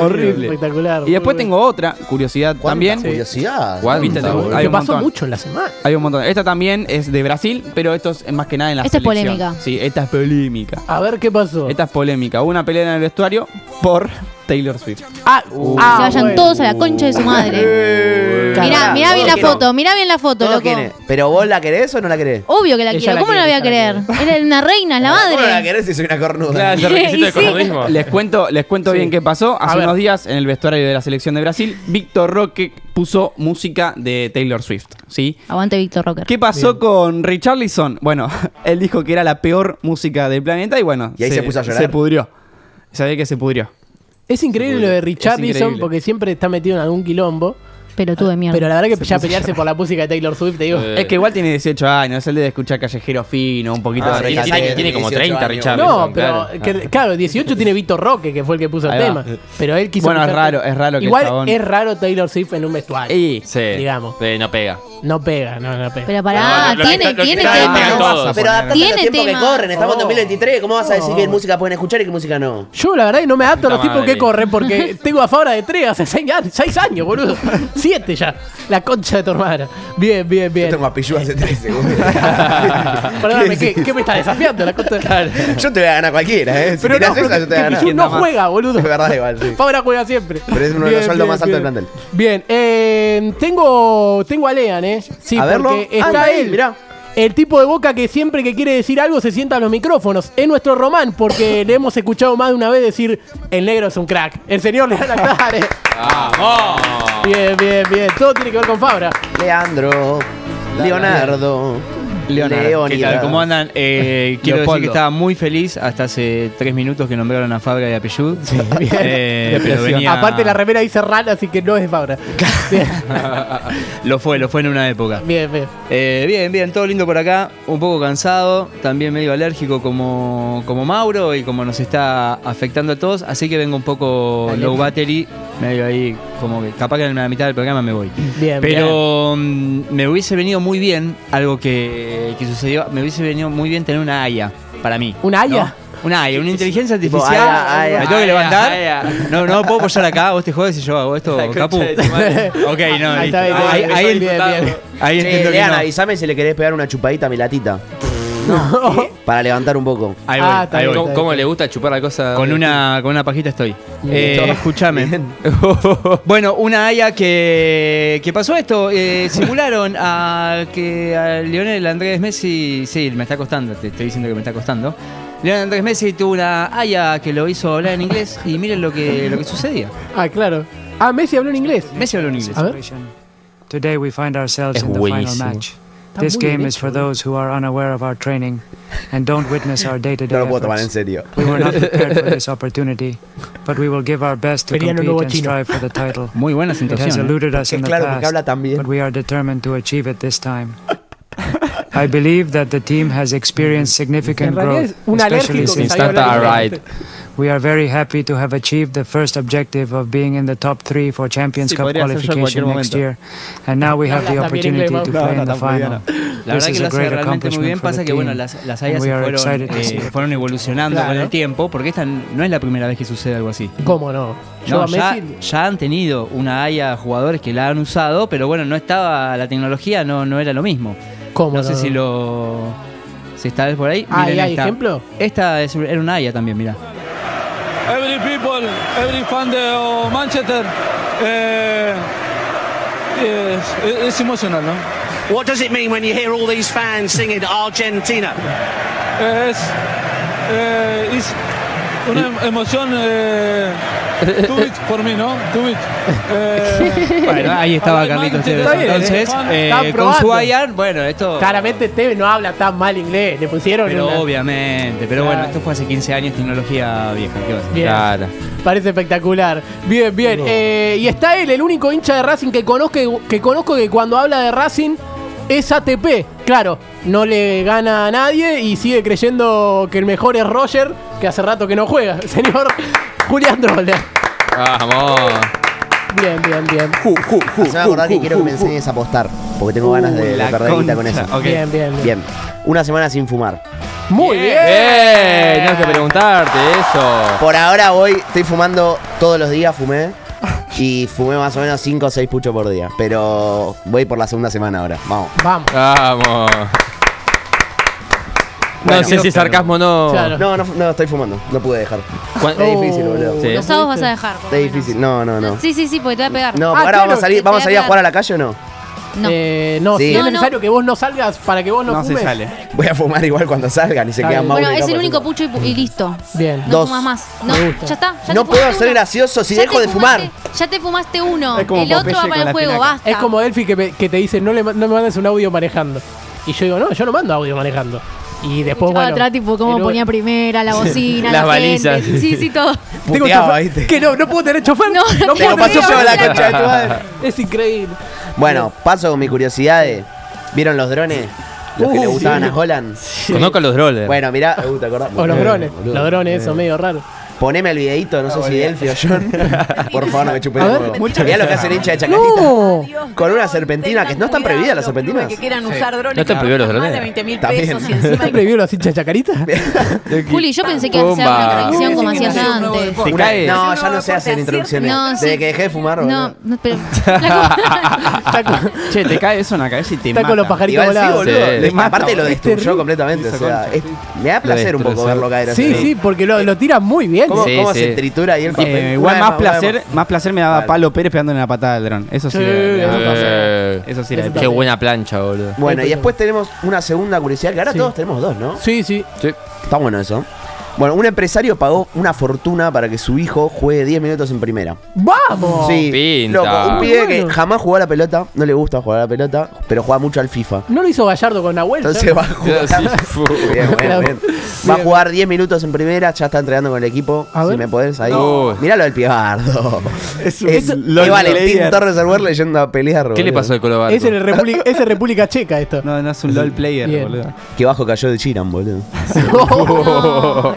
[SPEAKER 4] Horrible.
[SPEAKER 8] Espectacular.
[SPEAKER 4] Y después tengo otra curiosidad también.
[SPEAKER 10] curiosidad.
[SPEAKER 1] ¿Cuánta,
[SPEAKER 4] Viste,
[SPEAKER 1] boludo?
[SPEAKER 4] hay
[SPEAKER 8] Que
[SPEAKER 4] un
[SPEAKER 8] pasó
[SPEAKER 4] montón.
[SPEAKER 8] mucho en la semana.
[SPEAKER 4] Hay un montón. Esta también es de Brasil, pero esto es más que nada en la
[SPEAKER 7] Esta es
[SPEAKER 4] selección.
[SPEAKER 7] polémica.
[SPEAKER 4] Sí, esta es polémica.
[SPEAKER 8] A ver qué pasó.
[SPEAKER 4] Esta es polémica. Hubo una pelea en el vestuario por Taylor
[SPEAKER 10] (laughs)
[SPEAKER 4] Swift.
[SPEAKER 8] Ah, Eh.
[SPEAKER 7] se vayan todos a la concha de su madre. mirá, mirá bien la
[SPEAKER 10] Quiero-
[SPEAKER 7] foto, mirá bien la foto,
[SPEAKER 10] Todos
[SPEAKER 7] loco.
[SPEAKER 10] quieren. Pero vos la querés o no la querés?
[SPEAKER 7] Obvio que la
[SPEAKER 8] Ella
[SPEAKER 7] quiero,
[SPEAKER 8] la
[SPEAKER 7] ¿cómo no la voy
[SPEAKER 8] quiere,
[SPEAKER 7] a
[SPEAKER 8] ella la
[SPEAKER 7] querer? Era una reina, es la
[SPEAKER 10] ¿Cómo no la
[SPEAKER 7] (laughs) madre.
[SPEAKER 10] querés si soy una cornuda?
[SPEAKER 1] Claro, es el
[SPEAKER 7] Y
[SPEAKER 1] requisito de
[SPEAKER 7] sí.
[SPEAKER 1] cordobismo.
[SPEAKER 4] Les cuento, les cuento bien qué pasó. Hace
[SPEAKER 8] ver.
[SPEAKER 4] unos días, en el vestuario de la selección de Brasil, Víctor Roque puso música de Taylor Swift. ¿sí?
[SPEAKER 7] Aguante Víctor Rocker.
[SPEAKER 4] ¿Qué pasó con Richarlison? Bueno, (laughs) él dijo que era la peor música del planeta y bueno,
[SPEAKER 10] Y ahí se puso a llorar.
[SPEAKER 4] Se pudrió. Sabía que se pudrió.
[SPEAKER 8] Es increíble lo de Richardson
[SPEAKER 4] increíble.
[SPEAKER 8] porque siempre está metido en algún quilombo.
[SPEAKER 7] Pero tú de mierda.
[SPEAKER 8] Pero la verdad que ya pelearse por la música de Taylor Swift, te digo.
[SPEAKER 1] Eh,
[SPEAKER 4] Es que igual tiene 18 años, él debe escuchar Callejero Fino, un poquito
[SPEAKER 10] Ah,
[SPEAKER 4] de
[SPEAKER 1] tiene,
[SPEAKER 10] Richard-
[SPEAKER 1] tiene- tiene como
[SPEAKER 10] 18
[SPEAKER 1] 30,
[SPEAKER 10] años.
[SPEAKER 1] Richard.
[SPEAKER 8] no, pero
[SPEAKER 1] claro.
[SPEAKER 8] que- claro. 18 tiene Víctor Roque, que fue el que puso el
[SPEAKER 4] Ahí
[SPEAKER 8] tema.
[SPEAKER 4] va.
[SPEAKER 8] Pero él quiso.
[SPEAKER 4] Bueno, es
[SPEAKER 8] meter-
[SPEAKER 4] raro, es raro que el
[SPEAKER 8] Igual
[SPEAKER 4] chabón-
[SPEAKER 8] es raro Taylor Swift en un
[SPEAKER 1] Ah.
[SPEAKER 8] vestuario.
[SPEAKER 4] Y-
[SPEAKER 1] Sí.
[SPEAKER 8] digamos.
[SPEAKER 1] Eh, no pega.
[SPEAKER 8] No pega, no, no pega.
[SPEAKER 7] Pero pará,
[SPEAKER 1] No, no, lo que
[SPEAKER 7] tiene,
[SPEAKER 1] está- lo Ah, que
[SPEAKER 7] tiene
[SPEAKER 1] está
[SPEAKER 7] tema.
[SPEAKER 1] diciendo todos.
[SPEAKER 10] Pero adaptate
[SPEAKER 7] Eh, Tiene
[SPEAKER 10] al tiempo
[SPEAKER 7] tema.
[SPEAKER 10] que corren. Estamos
[SPEAKER 8] Oh.
[SPEAKER 10] en 2023. ¿Cómo vas a decir qué música pueden escuchar y qué música no?
[SPEAKER 8] Yo la verdad que no me adapto a los
[SPEAKER 1] Puta
[SPEAKER 8] tipos que
[SPEAKER 1] madre.
[SPEAKER 8] corren porque tengo a Fabra de tres hace seis años, seis años, boludo. Siete ya. La concha de tu hermana. Bien, bien,
[SPEAKER 10] Yo
[SPEAKER 8] bien.
[SPEAKER 10] tengo a (laughs) Pichu hace 3 (laughs) segundos.
[SPEAKER 8] Perdóname, ¿qué, qué me está desafiando? La concha de...
[SPEAKER 10] Yo te voy a ganar cualquiera, ¿eh? Si
[SPEAKER 8] Pero
[SPEAKER 10] tirás
[SPEAKER 8] no,
[SPEAKER 10] esa,
[SPEAKER 8] porque
[SPEAKER 10] yo te voy a ganar.
[SPEAKER 8] Pichu no juega, boludo.
[SPEAKER 10] Es verdad, igual, sí.
[SPEAKER 8] Fabra juega siempre.
[SPEAKER 10] Pero es uno de los sueldos más altos del plantel.
[SPEAKER 8] Bien, eh, tengo, tengo a Lean, ¿eh? Sí,
[SPEAKER 10] A
[SPEAKER 8] porque
[SPEAKER 10] verlo. Ah,
[SPEAKER 8] está
[SPEAKER 10] está ahí,
[SPEAKER 8] él.
[SPEAKER 10] mirá.
[SPEAKER 8] El tipo de boca que siempre que quiere decir algo se sienta a los micrófonos. Es nuestro Román, porque le hemos escuchado más de una vez decir: el negro es un crack. El señor Lean Actares.
[SPEAKER 1] ¡Vamos!
[SPEAKER 8] Bien, bien, bien. Todo tiene que ver con Fabra.
[SPEAKER 10] Leandro, Leonardo, Leonard.
[SPEAKER 3] ¿Qué tal? ¿Cómo andan?
[SPEAKER 4] (laughs)
[SPEAKER 3] Eh, quiero decir que
[SPEAKER 10] Leopoldo.
[SPEAKER 3] estaba muy feliz hasta hace tres minutos que nombraron a Fabra de apellido. Eh, pero venía-
[SPEAKER 8] Aparte, la remera dice Ran, así que no es de Fabra.
[SPEAKER 3] lo fue, lo fue en una época.
[SPEAKER 8] bien, bien.
[SPEAKER 3] Eh, bien, bien, todo lindo por acá. Un poco cansado, también medio alérgico como, como Mauro y como nos está afectando a todos. Así que vengo un poco
[SPEAKER 8] Dale.
[SPEAKER 3] low battery, medio ahí, como que capaz que en la mitad del programa me voy.
[SPEAKER 8] Bien,
[SPEAKER 3] Pero mm, me hubiese venido muy bien algo que, que sucedió. Me hubiese venido muy bien tener una haya para mí.
[SPEAKER 8] ¿Una haya?
[SPEAKER 3] ¿no? Una haya, una inteligencia
[SPEAKER 10] Tipo,
[SPEAKER 3] artificial.
[SPEAKER 10] haya, haya,
[SPEAKER 3] me tengo que
[SPEAKER 10] haya,
[SPEAKER 3] levantar.
[SPEAKER 10] haya.
[SPEAKER 3] No, no puedo apoyar acá. Vos te jodes y yo hago esto,
[SPEAKER 10] La concha
[SPEAKER 3] capu.
[SPEAKER 10] de tu madre.
[SPEAKER 3] Ok, no. listo.
[SPEAKER 10] Ahí está, ahí está,
[SPEAKER 3] Ahí-
[SPEAKER 10] ahí
[SPEAKER 3] ahí
[SPEAKER 10] estoy
[SPEAKER 3] entiendo-
[SPEAKER 10] bien,
[SPEAKER 3] Ahí
[SPEAKER 10] Che,
[SPEAKER 3] entiendo que
[SPEAKER 10] Lean,
[SPEAKER 3] no.
[SPEAKER 10] avísame si le querés pegar una chupadita a mi latita. Para levantar un poco.
[SPEAKER 3] Ahí voy,
[SPEAKER 8] Ah,
[SPEAKER 3] ahí voy.
[SPEAKER 1] ¿Cómo, cómo le gusta chupar la cosa?
[SPEAKER 3] Con una, con una pajita estoy. Eh,
[SPEAKER 1] Listo.
[SPEAKER 3] escúchame. (laughs)
[SPEAKER 10] (laughs)
[SPEAKER 3] bueno, una haya que, que pasó esto. eh, simularon a que a Lionel Andrés Messi. Sí, me está costando, te estoy diciendo que me está costando. Lionel Andrés Messi tuvo una haya que lo hizo hablar en inglés y miren lo que, lo que sucedía.
[SPEAKER 8] Ah, claro. Ah, Messi habló en inglés.
[SPEAKER 3] Messi habló en inglés.
[SPEAKER 8] A ver.
[SPEAKER 12] Today we find ourselves
[SPEAKER 1] Es
[SPEAKER 12] in the final
[SPEAKER 1] buenísimo.
[SPEAKER 12] match.
[SPEAKER 8] Está
[SPEAKER 12] This
[SPEAKER 8] muy
[SPEAKER 12] game
[SPEAKER 8] bien ¿eh?
[SPEAKER 12] is for those who are unaware of our training and don't witness our day-to-day
[SPEAKER 10] No lo puedo tomar en
[SPEAKER 12] efforts.
[SPEAKER 10] serio.
[SPEAKER 12] We were not
[SPEAKER 8] (laughs)
[SPEAKER 12] prepared for this opportunity, but we will give our best to
[SPEAKER 8] Feriano
[SPEAKER 12] compete
[SPEAKER 8] Nuevo
[SPEAKER 12] and
[SPEAKER 8] Chino.
[SPEAKER 12] strive for the title.
[SPEAKER 3] Muy buena
[SPEAKER 12] It has
[SPEAKER 3] sensación. ¿eh?
[SPEAKER 12] eluded us in the
[SPEAKER 10] claro, porque
[SPEAKER 12] past,
[SPEAKER 10] habla también.
[SPEAKER 12] but we are determined to achieve it this time. I believe that the team has experienced significant
[SPEAKER 8] En realidad
[SPEAKER 12] growth,
[SPEAKER 8] es un
[SPEAKER 12] especially
[SPEAKER 8] alérgico que
[SPEAKER 12] since
[SPEAKER 8] sabe hablar
[SPEAKER 1] Instanta
[SPEAKER 8] inglés.
[SPEAKER 1] right.
[SPEAKER 12] we are very happy to have achieved the first objective of being in the top three for Champions
[SPEAKER 10] Sí,
[SPEAKER 12] Cup
[SPEAKER 10] podría ser yo en cualquier
[SPEAKER 12] qualification next
[SPEAKER 10] momento.
[SPEAKER 12] year, and now we have the
[SPEAKER 8] Habla también
[SPEAKER 12] opportunity
[SPEAKER 8] inglés,
[SPEAKER 12] to
[SPEAKER 8] Mau.
[SPEAKER 12] play in the
[SPEAKER 10] Habla también
[SPEAKER 12] final.
[SPEAKER 3] La
[SPEAKER 12] This
[SPEAKER 3] verdad que
[SPEAKER 12] is
[SPEAKER 3] lo
[SPEAKER 12] a
[SPEAKER 3] hace
[SPEAKER 12] great
[SPEAKER 3] realmente muy
[SPEAKER 12] accomplishment
[SPEAKER 3] bien.
[SPEAKER 12] for the
[SPEAKER 3] Pasa que bueno,
[SPEAKER 12] team.
[SPEAKER 3] las, las hayas
[SPEAKER 12] and we
[SPEAKER 3] se
[SPEAKER 12] are
[SPEAKER 3] fueron,
[SPEAKER 12] excited to see
[SPEAKER 3] eh,
[SPEAKER 12] it.
[SPEAKER 3] fueron evolucionando con el tiempo, porque esta no es la primera vez que sucede algo así.
[SPEAKER 8] ¿Cómo no? Yo
[SPEAKER 3] No,
[SPEAKER 8] a
[SPEAKER 3] ya,
[SPEAKER 8] Messi.
[SPEAKER 3] ya han tenido una haya jugadores que la han usado, pero bueno, no estaba la tecnología, no, no era lo mismo.
[SPEAKER 8] ¿Cómo
[SPEAKER 3] No sé si lo. Si está por ahí.
[SPEAKER 8] Ah,
[SPEAKER 3] Miren
[SPEAKER 8] ¿y hay
[SPEAKER 3] esta.
[SPEAKER 8] ejemplo?
[SPEAKER 3] Esta es, era una haya también, mira.
[SPEAKER 13] every people, every fan of Manchester eh, yes, it- it's emotional, no?
[SPEAKER 14] What does it mean when you hear all these fans singing Argentina?
[SPEAKER 13] Eh, es, eh, es una emoción eh,
[SPEAKER 8] (laughs)
[SPEAKER 13] too much for me, ¿no? Too much. Eh,
[SPEAKER 3] Bueno, ahí estaba Carlitos
[SPEAKER 13] Manchester,
[SPEAKER 3] Tevez. Entonces,
[SPEAKER 13] fan-
[SPEAKER 3] eh,
[SPEAKER 8] Estaba
[SPEAKER 3] con su
[SPEAKER 8] probando.
[SPEAKER 3] haya, bueno, esto.
[SPEAKER 8] Claramente Tevez no habla tan mal inglés. Le pusieron.
[SPEAKER 3] Pero
[SPEAKER 8] una-
[SPEAKER 3] obviamente, pero bueno, esto fue hace 15 años, tecnología vieja. ¿qué va a hacer?
[SPEAKER 8] Bien. Claro. Parece espectacular. Bien, bien. Eh, y está él, el único hincha de Racing que conozco, que conozco que cuando habla de Racing es ATP. Claro, no le gana a nadie y sigue creyendo que el mejor es Roger, que hace rato que no juega. (laughs) Señor Julián Droller.
[SPEAKER 1] Vamos.
[SPEAKER 8] Bien, bien, bien.
[SPEAKER 10] Se me va a acordar que quiero que me enseñes a apostar. Porque tengo ganas de, de
[SPEAKER 3] la
[SPEAKER 10] perder guita con
[SPEAKER 3] concha.
[SPEAKER 10] eso.
[SPEAKER 3] Ok.
[SPEAKER 8] Bien, bien, bien.
[SPEAKER 10] Bien. Una semana sin fumar.
[SPEAKER 8] Muy bien.
[SPEAKER 1] ¡Eh! Tenemos que preguntarte eso.
[SPEAKER 10] Por ahora voy, estoy fumando todos los días, fumé. Y fumé más o menos 5 o 6 puchos por día. Pero voy por la segunda semana ahora. Vamos.
[SPEAKER 8] Vamos.
[SPEAKER 1] Vamos.
[SPEAKER 10] Bueno,
[SPEAKER 1] no sé si es sarcasmo o no.
[SPEAKER 8] Claro.
[SPEAKER 10] No, no, no, estoy fumando. No pude dejar.
[SPEAKER 1] Cuan-
[SPEAKER 8] Oh.
[SPEAKER 10] Es difícil, boludo.
[SPEAKER 1] Sí.
[SPEAKER 7] Los sábados vas a dejar. por
[SPEAKER 10] Es
[SPEAKER 7] lo menos.
[SPEAKER 10] difícil. No, no, no.
[SPEAKER 7] Sí, sí, sí, porque te va a pegar.
[SPEAKER 10] No,
[SPEAKER 8] Ah,
[SPEAKER 10] ahora
[SPEAKER 8] claro,
[SPEAKER 10] vamos a
[SPEAKER 7] que
[SPEAKER 10] salir,
[SPEAKER 7] te
[SPEAKER 10] vamos a salir a
[SPEAKER 7] pegan.
[SPEAKER 10] jugar a la calle o no?
[SPEAKER 7] No.
[SPEAKER 8] Eh, no,
[SPEAKER 10] Sí.
[SPEAKER 8] si
[SPEAKER 10] No,
[SPEAKER 8] es
[SPEAKER 10] no.
[SPEAKER 8] necesario que vos no salgas para que vos no, fumes.
[SPEAKER 10] Voy a fumar igual cuando salgan y se
[SPEAKER 8] Está
[SPEAKER 10] quedan
[SPEAKER 8] bien.
[SPEAKER 10] más
[SPEAKER 7] bueno, es el único pucho y, pu- y listo.
[SPEAKER 8] Bien.
[SPEAKER 7] No
[SPEAKER 10] Dos.
[SPEAKER 7] fumas más. No,
[SPEAKER 8] Me gusta.
[SPEAKER 7] ya está. ya
[SPEAKER 10] No
[SPEAKER 7] te
[SPEAKER 10] puedo
[SPEAKER 7] fumaste
[SPEAKER 10] ser
[SPEAKER 7] uno.
[SPEAKER 10] gracioso si
[SPEAKER 7] Ya
[SPEAKER 10] dejo
[SPEAKER 7] te
[SPEAKER 10] de fumar.
[SPEAKER 7] fumaste- Ya te fumaste uno.
[SPEAKER 4] Es como
[SPEAKER 7] El otro va
[SPEAKER 4] Popeye
[SPEAKER 7] para
[SPEAKER 4] con
[SPEAKER 7] el
[SPEAKER 4] la
[SPEAKER 7] juego,
[SPEAKER 4] espinaca.
[SPEAKER 7] basta.
[SPEAKER 8] Es como Delphi que, me- que te dice, no, le, ma- no me mandes un audio manejando. Y yo digo, no, yo no mando audio manejando. Y después,
[SPEAKER 7] Escuchaba
[SPEAKER 8] bueno...
[SPEAKER 7] atrás, tipo,
[SPEAKER 8] y
[SPEAKER 7] cómo
[SPEAKER 8] luego-
[SPEAKER 7] ponía primera, la bocina,
[SPEAKER 1] Las
[SPEAKER 7] la gente.
[SPEAKER 1] balizas.
[SPEAKER 7] Sí, sí, todo.
[SPEAKER 8] Tengo
[SPEAKER 10] Puteaba,
[SPEAKER 8] chofer-
[SPEAKER 10] ¿viste?
[SPEAKER 8] Que no, no puedo tener chofer.
[SPEAKER 7] No, no
[SPEAKER 8] puedo
[SPEAKER 7] tengo
[SPEAKER 8] tener
[SPEAKER 10] pasó
[SPEAKER 7] chofer.
[SPEAKER 10] yo a la
[SPEAKER 7] Claro.
[SPEAKER 10] concha de tu madre.
[SPEAKER 8] Es increíble.
[SPEAKER 10] Bueno, paso con mis curiosidades. ¿Vieron los drones? Los que
[SPEAKER 8] Uh,
[SPEAKER 10] le gustaban
[SPEAKER 8] sí.
[SPEAKER 10] a Holland.
[SPEAKER 1] Conozco a los droles.
[SPEAKER 10] Bueno, mirá, uh, ¿te acordás?
[SPEAKER 8] O los
[SPEAKER 10] Eh,
[SPEAKER 8] drones.
[SPEAKER 10] boludo.
[SPEAKER 8] Los drones,
[SPEAKER 10] Eh.
[SPEAKER 8] eso, medio raro.
[SPEAKER 10] Poneme el videito, no sé si Delphi o John. Por favor, no me chupen
[SPEAKER 8] A
[SPEAKER 10] el
[SPEAKER 8] ver,
[SPEAKER 10] huevo.
[SPEAKER 8] muchas
[SPEAKER 10] Mirá lo que hacen hincha de Chacarita.
[SPEAKER 15] Oh,
[SPEAKER 8] ¡No!
[SPEAKER 10] Con una serpentina, que no están prohibidas las serpentinas.
[SPEAKER 15] quieran usar drones
[SPEAKER 1] ¿No están
[SPEAKER 15] que
[SPEAKER 1] prohibidos los
[SPEAKER 15] cuestan Más
[SPEAKER 1] drones?
[SPEAKER 15] de 20 mil
[SPEAKER 10] También.
[SPEAKER 15] pesos y encima (laughs)
[SPEAKER 8] ¿Están prohibidos los hinchas de chacarita?
[SPEAKER 7] Juli, yo pensé que iba a ser una
[SPEAKER 1] Pumba.
[SPEAKER 7] corrección como
[SPEAKER 15] Ah, Sí,
[SPEAKER 7] hacías
[SPEAKER 15] sí, sí, sí,
[SPEAKER 7] antes.
[SPEAKER 1] Te
[SPEAKER 10] Una-
[SPEAKER 1] cae.
[SPEAKER 10] no,
[SPEAKER 15] Es un
[SPEAKER 10] ya no
[SPEAKER 15] nuevo
[SPEAKER 10] sé hacer
[SPEAKER 15] corte,
[SPEAKER 10] introducciones.
[SPEAKER 7] No,
[SPEAKER 10] Desde
[SPEAKER 7] sí.
[SPEAKER 10] que dejé de fumar,
[SPEAKER 7] No,
[SPEAKER 10] boludo.
[SPEAKER 7] no, pero.
[SPEAKER 3] Che, te cae eso en la cabeza y te
[SPEAKER 8] Está con los pajaritos
[SPEAKER 10] Igual sí,
[SPEAKER 8] volados.
[SPEAKER 10] boludo.
[SPEAKER 1] Sí.
[SPEAKER 10] Le-
[SPEAKER 3] mata,
[SPEAKER 10] aparte lo
[SPEAKER 3] boludo.
[SPEAKER 10] destruyó completamente. O sea, es- me da placer un poco
[SPEAKER 1] destrozó.
[SPEAKER 10] verlo caer
[SPEAKER 8] Sí,
[SPEAKER 10] así.
[SPEAKER 8] sí, porque lo, lo tiran muy bien.
[SPEAKER 10] ¿Cómo,
[SPEAKER 1] Sí,
[SPEAKER 10] cómo
[SPEAKER 1] sí.
[SPEAKER 10] se tritura ahí el papel?
[SPEAKER 4] Eh,
[SPEAKER 10] Una
[SPEAKER 4] igual
[SPEAKER 10] vez
[SPEAKER 4] más
[SPEAKER 10] una vez
[SPEAKER 4] placer, más placer me daba
[SPEAKER 10] Vale.
[SPEAKER 4] Palo Pérez pegándole una patada al dron. Eso sí.
[SPEAKER 8] Sí,
[SPEAKER 4] le- le daba
[SPEAKER 8] eso
[SPEAKER 4] placer.
[SPEAKER 1] Eh,
[SPEAKER 4] Eso sí. Era
[SPEAKER 8] Eso
[SPEAKER 4] épico.
[SPEAKER 1] Qué buena plancha, boludo. (laughs)
[SPEAKER 10] Bueno, y después tenemos una segunda curiosidad, que ahora
[SPEAKER 8] Sí.
[SPEAKER 10] todos tenemos dos, ¿no?
[SPEAKER 8] Sí, sí.
[SPEAKER 10] Está bueno eso. Bueno, un empresario pagó una fortuna para que su hijo juegue 10 minutos en primera.
[SPEAKER 8] ¡Vamos!
[SPEAKER 10] Sí,
[SPEAKER 1] Pinta.
[SPEAKER 10] loco, un
[SPEAKER 1] Muy
[SPEAKER 10] pibe
[SPEAKER 8] Oh, bueno.
[SPEAKER 10] que jamás jugó a la pelota, no le gusta jugar a la pelota, pero juega mucho al FIFA.
[SPEAKER 8] No lo hizo Gallardo con Nahuel.
[SPEAKER 10] Entonces
[SPEAKER 8] ¿sabes?
[SPEAKER 1] (laughs)
[SPEAKER 10] va a jugar. Bien, bien, bien. Va a jugar 10 minutos en primera, ya está entrenando con el equipo. Si me podés ahí.
[SPEAKER 1] No.
[SPEAKER 10] Mirá lo del Piegardo. Es,
[SPEAKER 8] un- (laughs) es
[SPEAKER 10] es
[SPEAKER 8] un-
[SPEAKER 10] Valentín
[SPEAKER 8] player.
[SPEAKER 10] Torres Albuer leyendo a pelear.
[SPEAKER 1] ¿Qué le pasó al Colo Barco?
[SPEAKER 8] Es en el República, es en República Checa esto. (laughs)
[SPEAKER 4] No, no es un LOL player,
[SPEAKER 8] Bien.
[SPEAKER 4] boludo.
[SPEAKER 10] Que bajo cayó de Chiran, boludo.
[SPEAKER 8] Oh,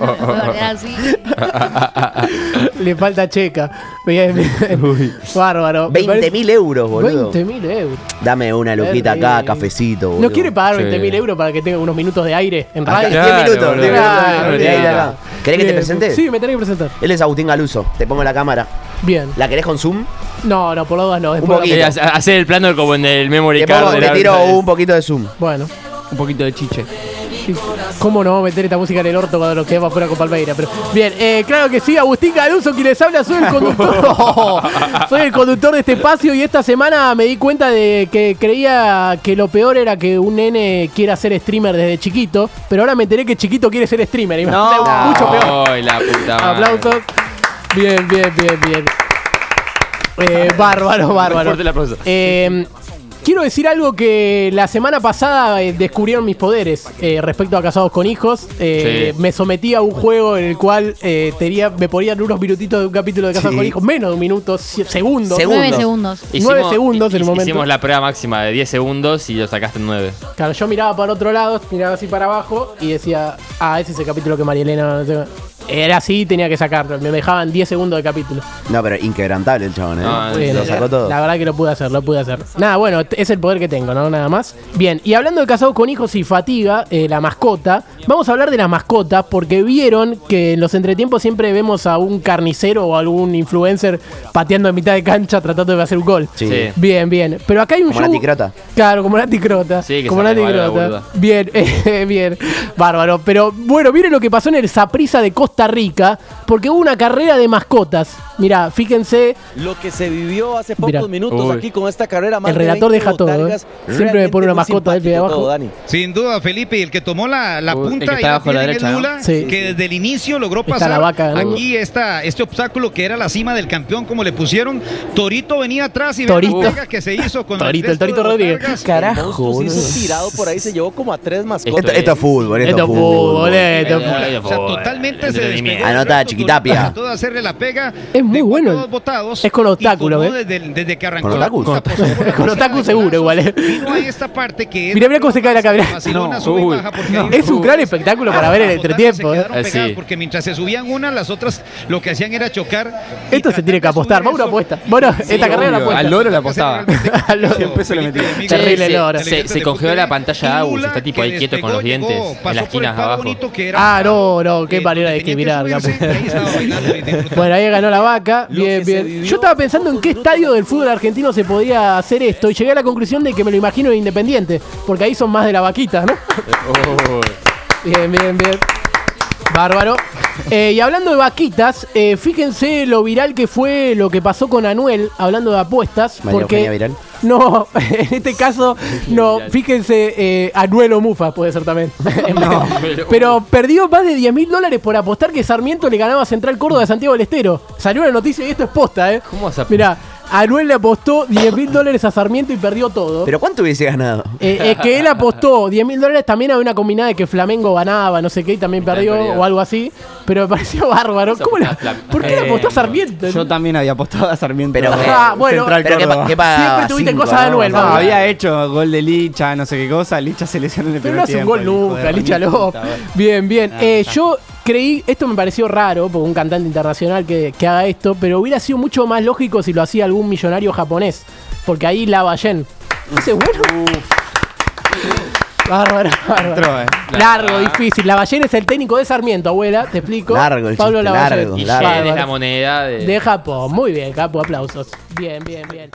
[SPEAKER 8] Le falta Checa. Bien, bien. Bárbaro.
[SPEAKER 10] 20.000 euros, boludo.
[SPEAKER 8] 20.000 euros. Eh,
[SPEAKER 10] Dame una luquita acá, cafecito, boludo.
[SPEAKER 8] No quiere pagar
[SPEAKER 10] Sí.
[SPEAKER 8] 20.000 euros para que tenga unos minutos de aire en
[SPEAKER 10] Acá,
[SPEAKER 8] radio.
[SPEAKER 10] 10 minutos, 10
[SPEAKER 8] Claro,
[SPEAKER 10] minutos de aire
[SPEAKER 8] bien.
[SPEAKER 10] acá. ¿Querés que te
[SPEAKER 8] Bien.
[SPEAKER 10] presente?
[SPEAKER 8] Sí, me tenés que presentar.
[SPEAKER 10] Él es Agustín Galuso. Te pongo la cámara.
[SPEAKER 8] Bien.
[SPEAKER 10] ¿La querés con Zoom?
[SPEAKER 8] No, no, por las dudas no.
[SPEAKER 10] Un
[SPEAKER 8] Después
[SPEAKER 10] poquito.
[SPEAKER 1] Eh, hace- Hacer el plano como en el memory
[SPEAKER 10] Te,
[SPEAKER 1] card.
[SPEAKER 10] pongo-
[SPEAKER 1] de
[SPEAKER 10] te
[SPEAKER 1] la-
[SPEAKER 10] tiro un poquito de Zoom.
[SPEAKER 8] Bueno.
[SPEAKER 4] Un poquito de chiche.
[SPEAKER 8] ¿Cómo no vamos a meter esta música en el orto cuando nos quedamos fuera con Palmeira? Pero, bien, eh, claro que sí, Agustín Caruso, quien les habla, soy el
[SPEAKER 4] (laughs)
[SPEAKER 8] conductor. soy el conductor de este espacio y esta semana me di cuenta de que creía que lo peor era que un nene quiera ser streamer desde chiquito, pero ahora me enteré que chiquito quiere ser streamer. Y me
[SPEAKER 1] No.
[SPEAKER 8] parece mucho peor.
[SPEAKER 1] Ay, la puta madre.
[SPEAKER 8] Aplausos. Bien, bien, bien, bien. Eh, bárbaro, bárbaro.
[SPEAKER 1] Fuerte el aplauso.
[SPEAKER 8] Eh, quiero decir algo que la semana pasada eh, descubrieron mis poderes eh, respecto a Casados con Hijos. Eh,
[SPEAKER 1] Sí.
[SPEAKER 8] Me sometí a un juego en el cual eh, tenía, me ponían unos minutitos de un capítulo de Casados
[SPEAKER 1] Sí.
[SPEAKER 8] con Hijos, menos de un minuto, si- segundos.
[SPEAKER 7] Segundos. Nueve segundos.
[SPEAKER 8] Nueve segundos en el
[SPEAKER 1] hi-
[SPEAKER 8] momento.
[SPEAKER 1] Hicimos la prueba máxima de 10 segundos y lo sacaste en 9.
[SPEAKER 8] Claro, yo miraba para otro lado, miraba así para abajo y decía, ah, ese es el capítulo que María Elena... no sé qué". Era así, tenía que sacarlo. Me dejaban 10 segundos de capítulo.
[SPEAKER 10] No, pero inquebrantable el chabón, ¿eh?
[SPEAKER 1] Ah,
[SPEAKER 8] Bueno,
[SPEAKER 10] Lo sacó todo.
[SPEAKER 8] La verdad que lo pude hacer, lo pude hacer. Nada, bueno, t- es el poder que tengo, ¿no? Nada más. Bien, y hablando de casados con hijos y fatiga, eh, la mascota, vamos a hablar de las mascotas porque vieron que en los entretiempos siempre vemos a un carnicero o algún influencer pateando en mitad de cancha tratando de hacer un gol.
[SPEAKER 10] Sí. Sí.
[SPEAKER 8] Bien, bien. Pero acá hay un
[SPEAKER 10] Como
[SPEAKER 8] show-
[SPEAKER 10] Nati Crota.
[SPEAKER 8] Claro, como Nati Crota.
[SPEAKER 10] Sí, que
[SPEAKER 8] como
[SPEAKER 10] se
[SPEAKER 8] Nati
[SPEAKER 10] resbala la
[SPEAKER 8] Crota.
[SPEAKER 10] boluda.
[SPEAKER 8] Bien, (laughs) eh, bien. Bárbaro. Pero bueno, miren lo que pasó en el Saprisa de Costa Rica, porque hubo una carrera de mascotas. Mirá, fíjense.
[SPEAKER 15] Lo que se vivió hace
[SPEAKER 8] Mirá.
[SPEAKER 15] pocos minutos
[SPEAKER 8] Uy.
[SPEAKER 15] aquí con esta carrera más
[SPEAKER 8] El
[SPEAKER 15] de
[SPEAKER 8] relator
[SPEAKER 15] 20
[SPEAKER 8] deja todo, ¿eh?
[SPEAKER 15] botargas,
[SPEAKER 8] Siempre me
[SPEAKER 15] realmente
[SPEAKER 8] pone una
[SPEAKER 15] muy
[SPEAKER 8] mascota del pie de
[SPEAKER 15] simpático
[SPEAKER 8] abajo.
[SPEAKER 15] todo, Dani.
[SPEAKER 16] Sin duda, Felipe, y el que tomó la, la punta
[SPEAKER 15] el que
[SPEAKER 16] y
[SPEAKER 15] está
[SPEAKER 16] la
[SPEAKER 15] abajo a la
[SPEAKER 16] tiene, que es
[SPEAKER 15] derecha, ¿no?
[SPEAKER 16] Lula,
[SPEAKER 15] Sí.
[SPEAKER 16] que desde el inicio logró
[SPEAKER 8] Está
[SPEAKER 16] pasar
[SPEAKER 8] la vaca, ¿no?
[SPEAKER 16] aquí esta, este obstáculo que era la cima del campeón, como le pusieron. Torito venía atrás y vean
[SPEAKER 8] Torito.
[SPEAKER 16] la pega que se hizo con
[SPEAKER 8] Torito,
[SPEAKER 16] resto
[SPEAKER 8] el
[SPEAKER 16] de
[SPEAKER 8] Torito Rodríguez.
[SPEAKER 16] botargas.
[SPEAKER 10] Carajo,
[SPEAKER 15] Monstruo se
[SPEAKER 10] boludo.
[SPEAKER 15] hizo tirado por ahí, se llevó como a tres mascotas.
[SPEAKER 10] Esto, esto es fútbol, esto, es fútbol.
[SPEAKER 16] totalmente se despegó.
[SPEAKER 10] Anota, chiquitapia.
[SPEAKER 16] Todo hacerle la pega.
[SPEAKER 8] Es muy bueno.
[SPEAKER 16] Todos botados.
[SPEAKER 8] Es con obstáculos,
[SPEAKER 16] Tomó
[SPEAKER 8] ¿eh?
[SPEAKER 16] Desde, desde que arrancó.
[SPEAKER 10] Con
[SPEAKER 16] la
[SPEAKER 10] otakus.
[SPEAKER 16] punta, posó por la
[SPEAKER 8] Con otaku seguro, igual. eh.
[SPEAKER 16] Vino a esta parte que es
[SPEAKER 8] Mirá, mirá cómo se cae la cabeza.
[SPEAKER 16] Barcelona sube y baja
[SPEAKER 8] (laughs)
[SPEAKER 16] porque hay
[SPEAKER 8] Es un gran espectáculo para ver el entretiempo. eh.
[SPEAKER 16] quedaron pegadas porque mientras se subían una, las otras lo que hacían era chocar.
[SPEAKER 8] Esto se tiene que apostar. Vamos a una apuesta. Bueno, esta carrera la apuesta.
[SPEAKER 4] Al loro la apostaba.
[SPEAKER 8] (laughs) Al loro. Terrible
[SPEAKER 1] se,
[SPEAKER 8] loro.
[SPEAKER 1] Se, se congeló la pantalla de Agus, está tipo ahí quieto con los dientes en las esquinas abajo.
[SPEAKER 8] Ah, no, no,
[SPEAKER 4] Eh,
[SPEAKER 8] qué manera de pues. discriminar. capo. bueno, ahí ganó la vaca. Bien, bien. Yo estaba pensando en qué estadio del fútbol argentino se podía hacer esto y llegué a la conclusión de que me lo imagino en Independiente, porque ahí son más de la vaquita, ¿no? Bien, bien, bien. Bárbaro. Eh, y hablando de vaquitas, eh, fíjense lo viral que fue lo que pasó con Anuel, hablando de apuestas.
[SPEAKER 10] María
[SPEAKER 8] porque
[SPEAKER 10] Eugenia Viral.
[SPEAKER 8] (laughs) No, en este caso, no, fíjense, eh, Anuel o Mufa puede ser también. Pero perdió más de 10 mil dólares por apostar que Sarmiento le ganaba a Central Córdoba de Santiago del Estero. Salió la noticia y esto es posta, ¿eh? ¿Cómo
[SPEAKER 1] vas a-
[SPEAKER 8] Mirá, Anuel le apostó 10 mil dólares a Sarmiento y perdió todo.
[SPEAKER 10] Pero ¿cuánto hubiese ganado?
[SPEAKER 8] Eh, es que él apostó 10 mil dólares. También había una combinada de que Flamengo ganaba, no sé qué, y también perdió
[SPEAKER 4] perdido.
[SPEAKER 8] o algo así. Pero me pareció bárbaro. ¿Cómo la- ¿Por qué le apostó a Sarmiento?
[SPEAKER 4] Yo también había apostado a Sarmiento.
[SPEAKER 10] Pero,
[SPEAKER 8] Ah, bueno. Pero
[SPEAKER 10] ¿qué pa- qué pagaba?
[SPEAKER 8] Siempre tuviste
[SPEAKER 10] Cinco,
[SPEAKER 8] cosas de
[SPEAKER 10] ¿no?
[SPEAKER 8] Anuel,
[SPEAKER 10] No,
[SPEAKER 8] va.
[SPEAKER 4] había hecho gol de Licha, no sé qué cosa. Licha se lesionó en el
[SPEAKER 8] Pero
[SPEAKER 4] primer
[SPEAKER 8] no hace un
[SPEAKER 4] tiempo,
[SPEAKER 8] gol
[SPEAKER 4] el hijo
[SPEAKER 8] nunca,
[SPEAKER 4] de
[SPEAKER 8] Licha Lobo.
[SPEAKER 4] remita, bueno.
[SPEAKER 8] Bien, bien. Eh, yo creí, esto me pareció raro, por un cantante internacional que, que haga esto, pero hubiera sido mucho más lógico si lo hacía algún millonario japonés. Porque ahí lava Yen. Ese es bueno. Bárbaro, bárbaro.
[SPEAKER 4] Entró, eh.
[SPEAKER 8] Largo, difícil. Lavallén es el técnico de Sarmiento, abuela, te explico.
[SPEAKER 10] Largo el
[SPEAKER 8] Pablo
[SPEAKER 10] chiste,
[SPEAKER 8] Lavallén.
[SPEAKER 10] largo,
[SPEAKER 1] Y
[SPEAKER 10] largo.
[SPEAKER 1] Yen es la moneda de...
[SPEAKER 8] De Japón. Muy bien, capo, aplausos. Bien, bien, bien.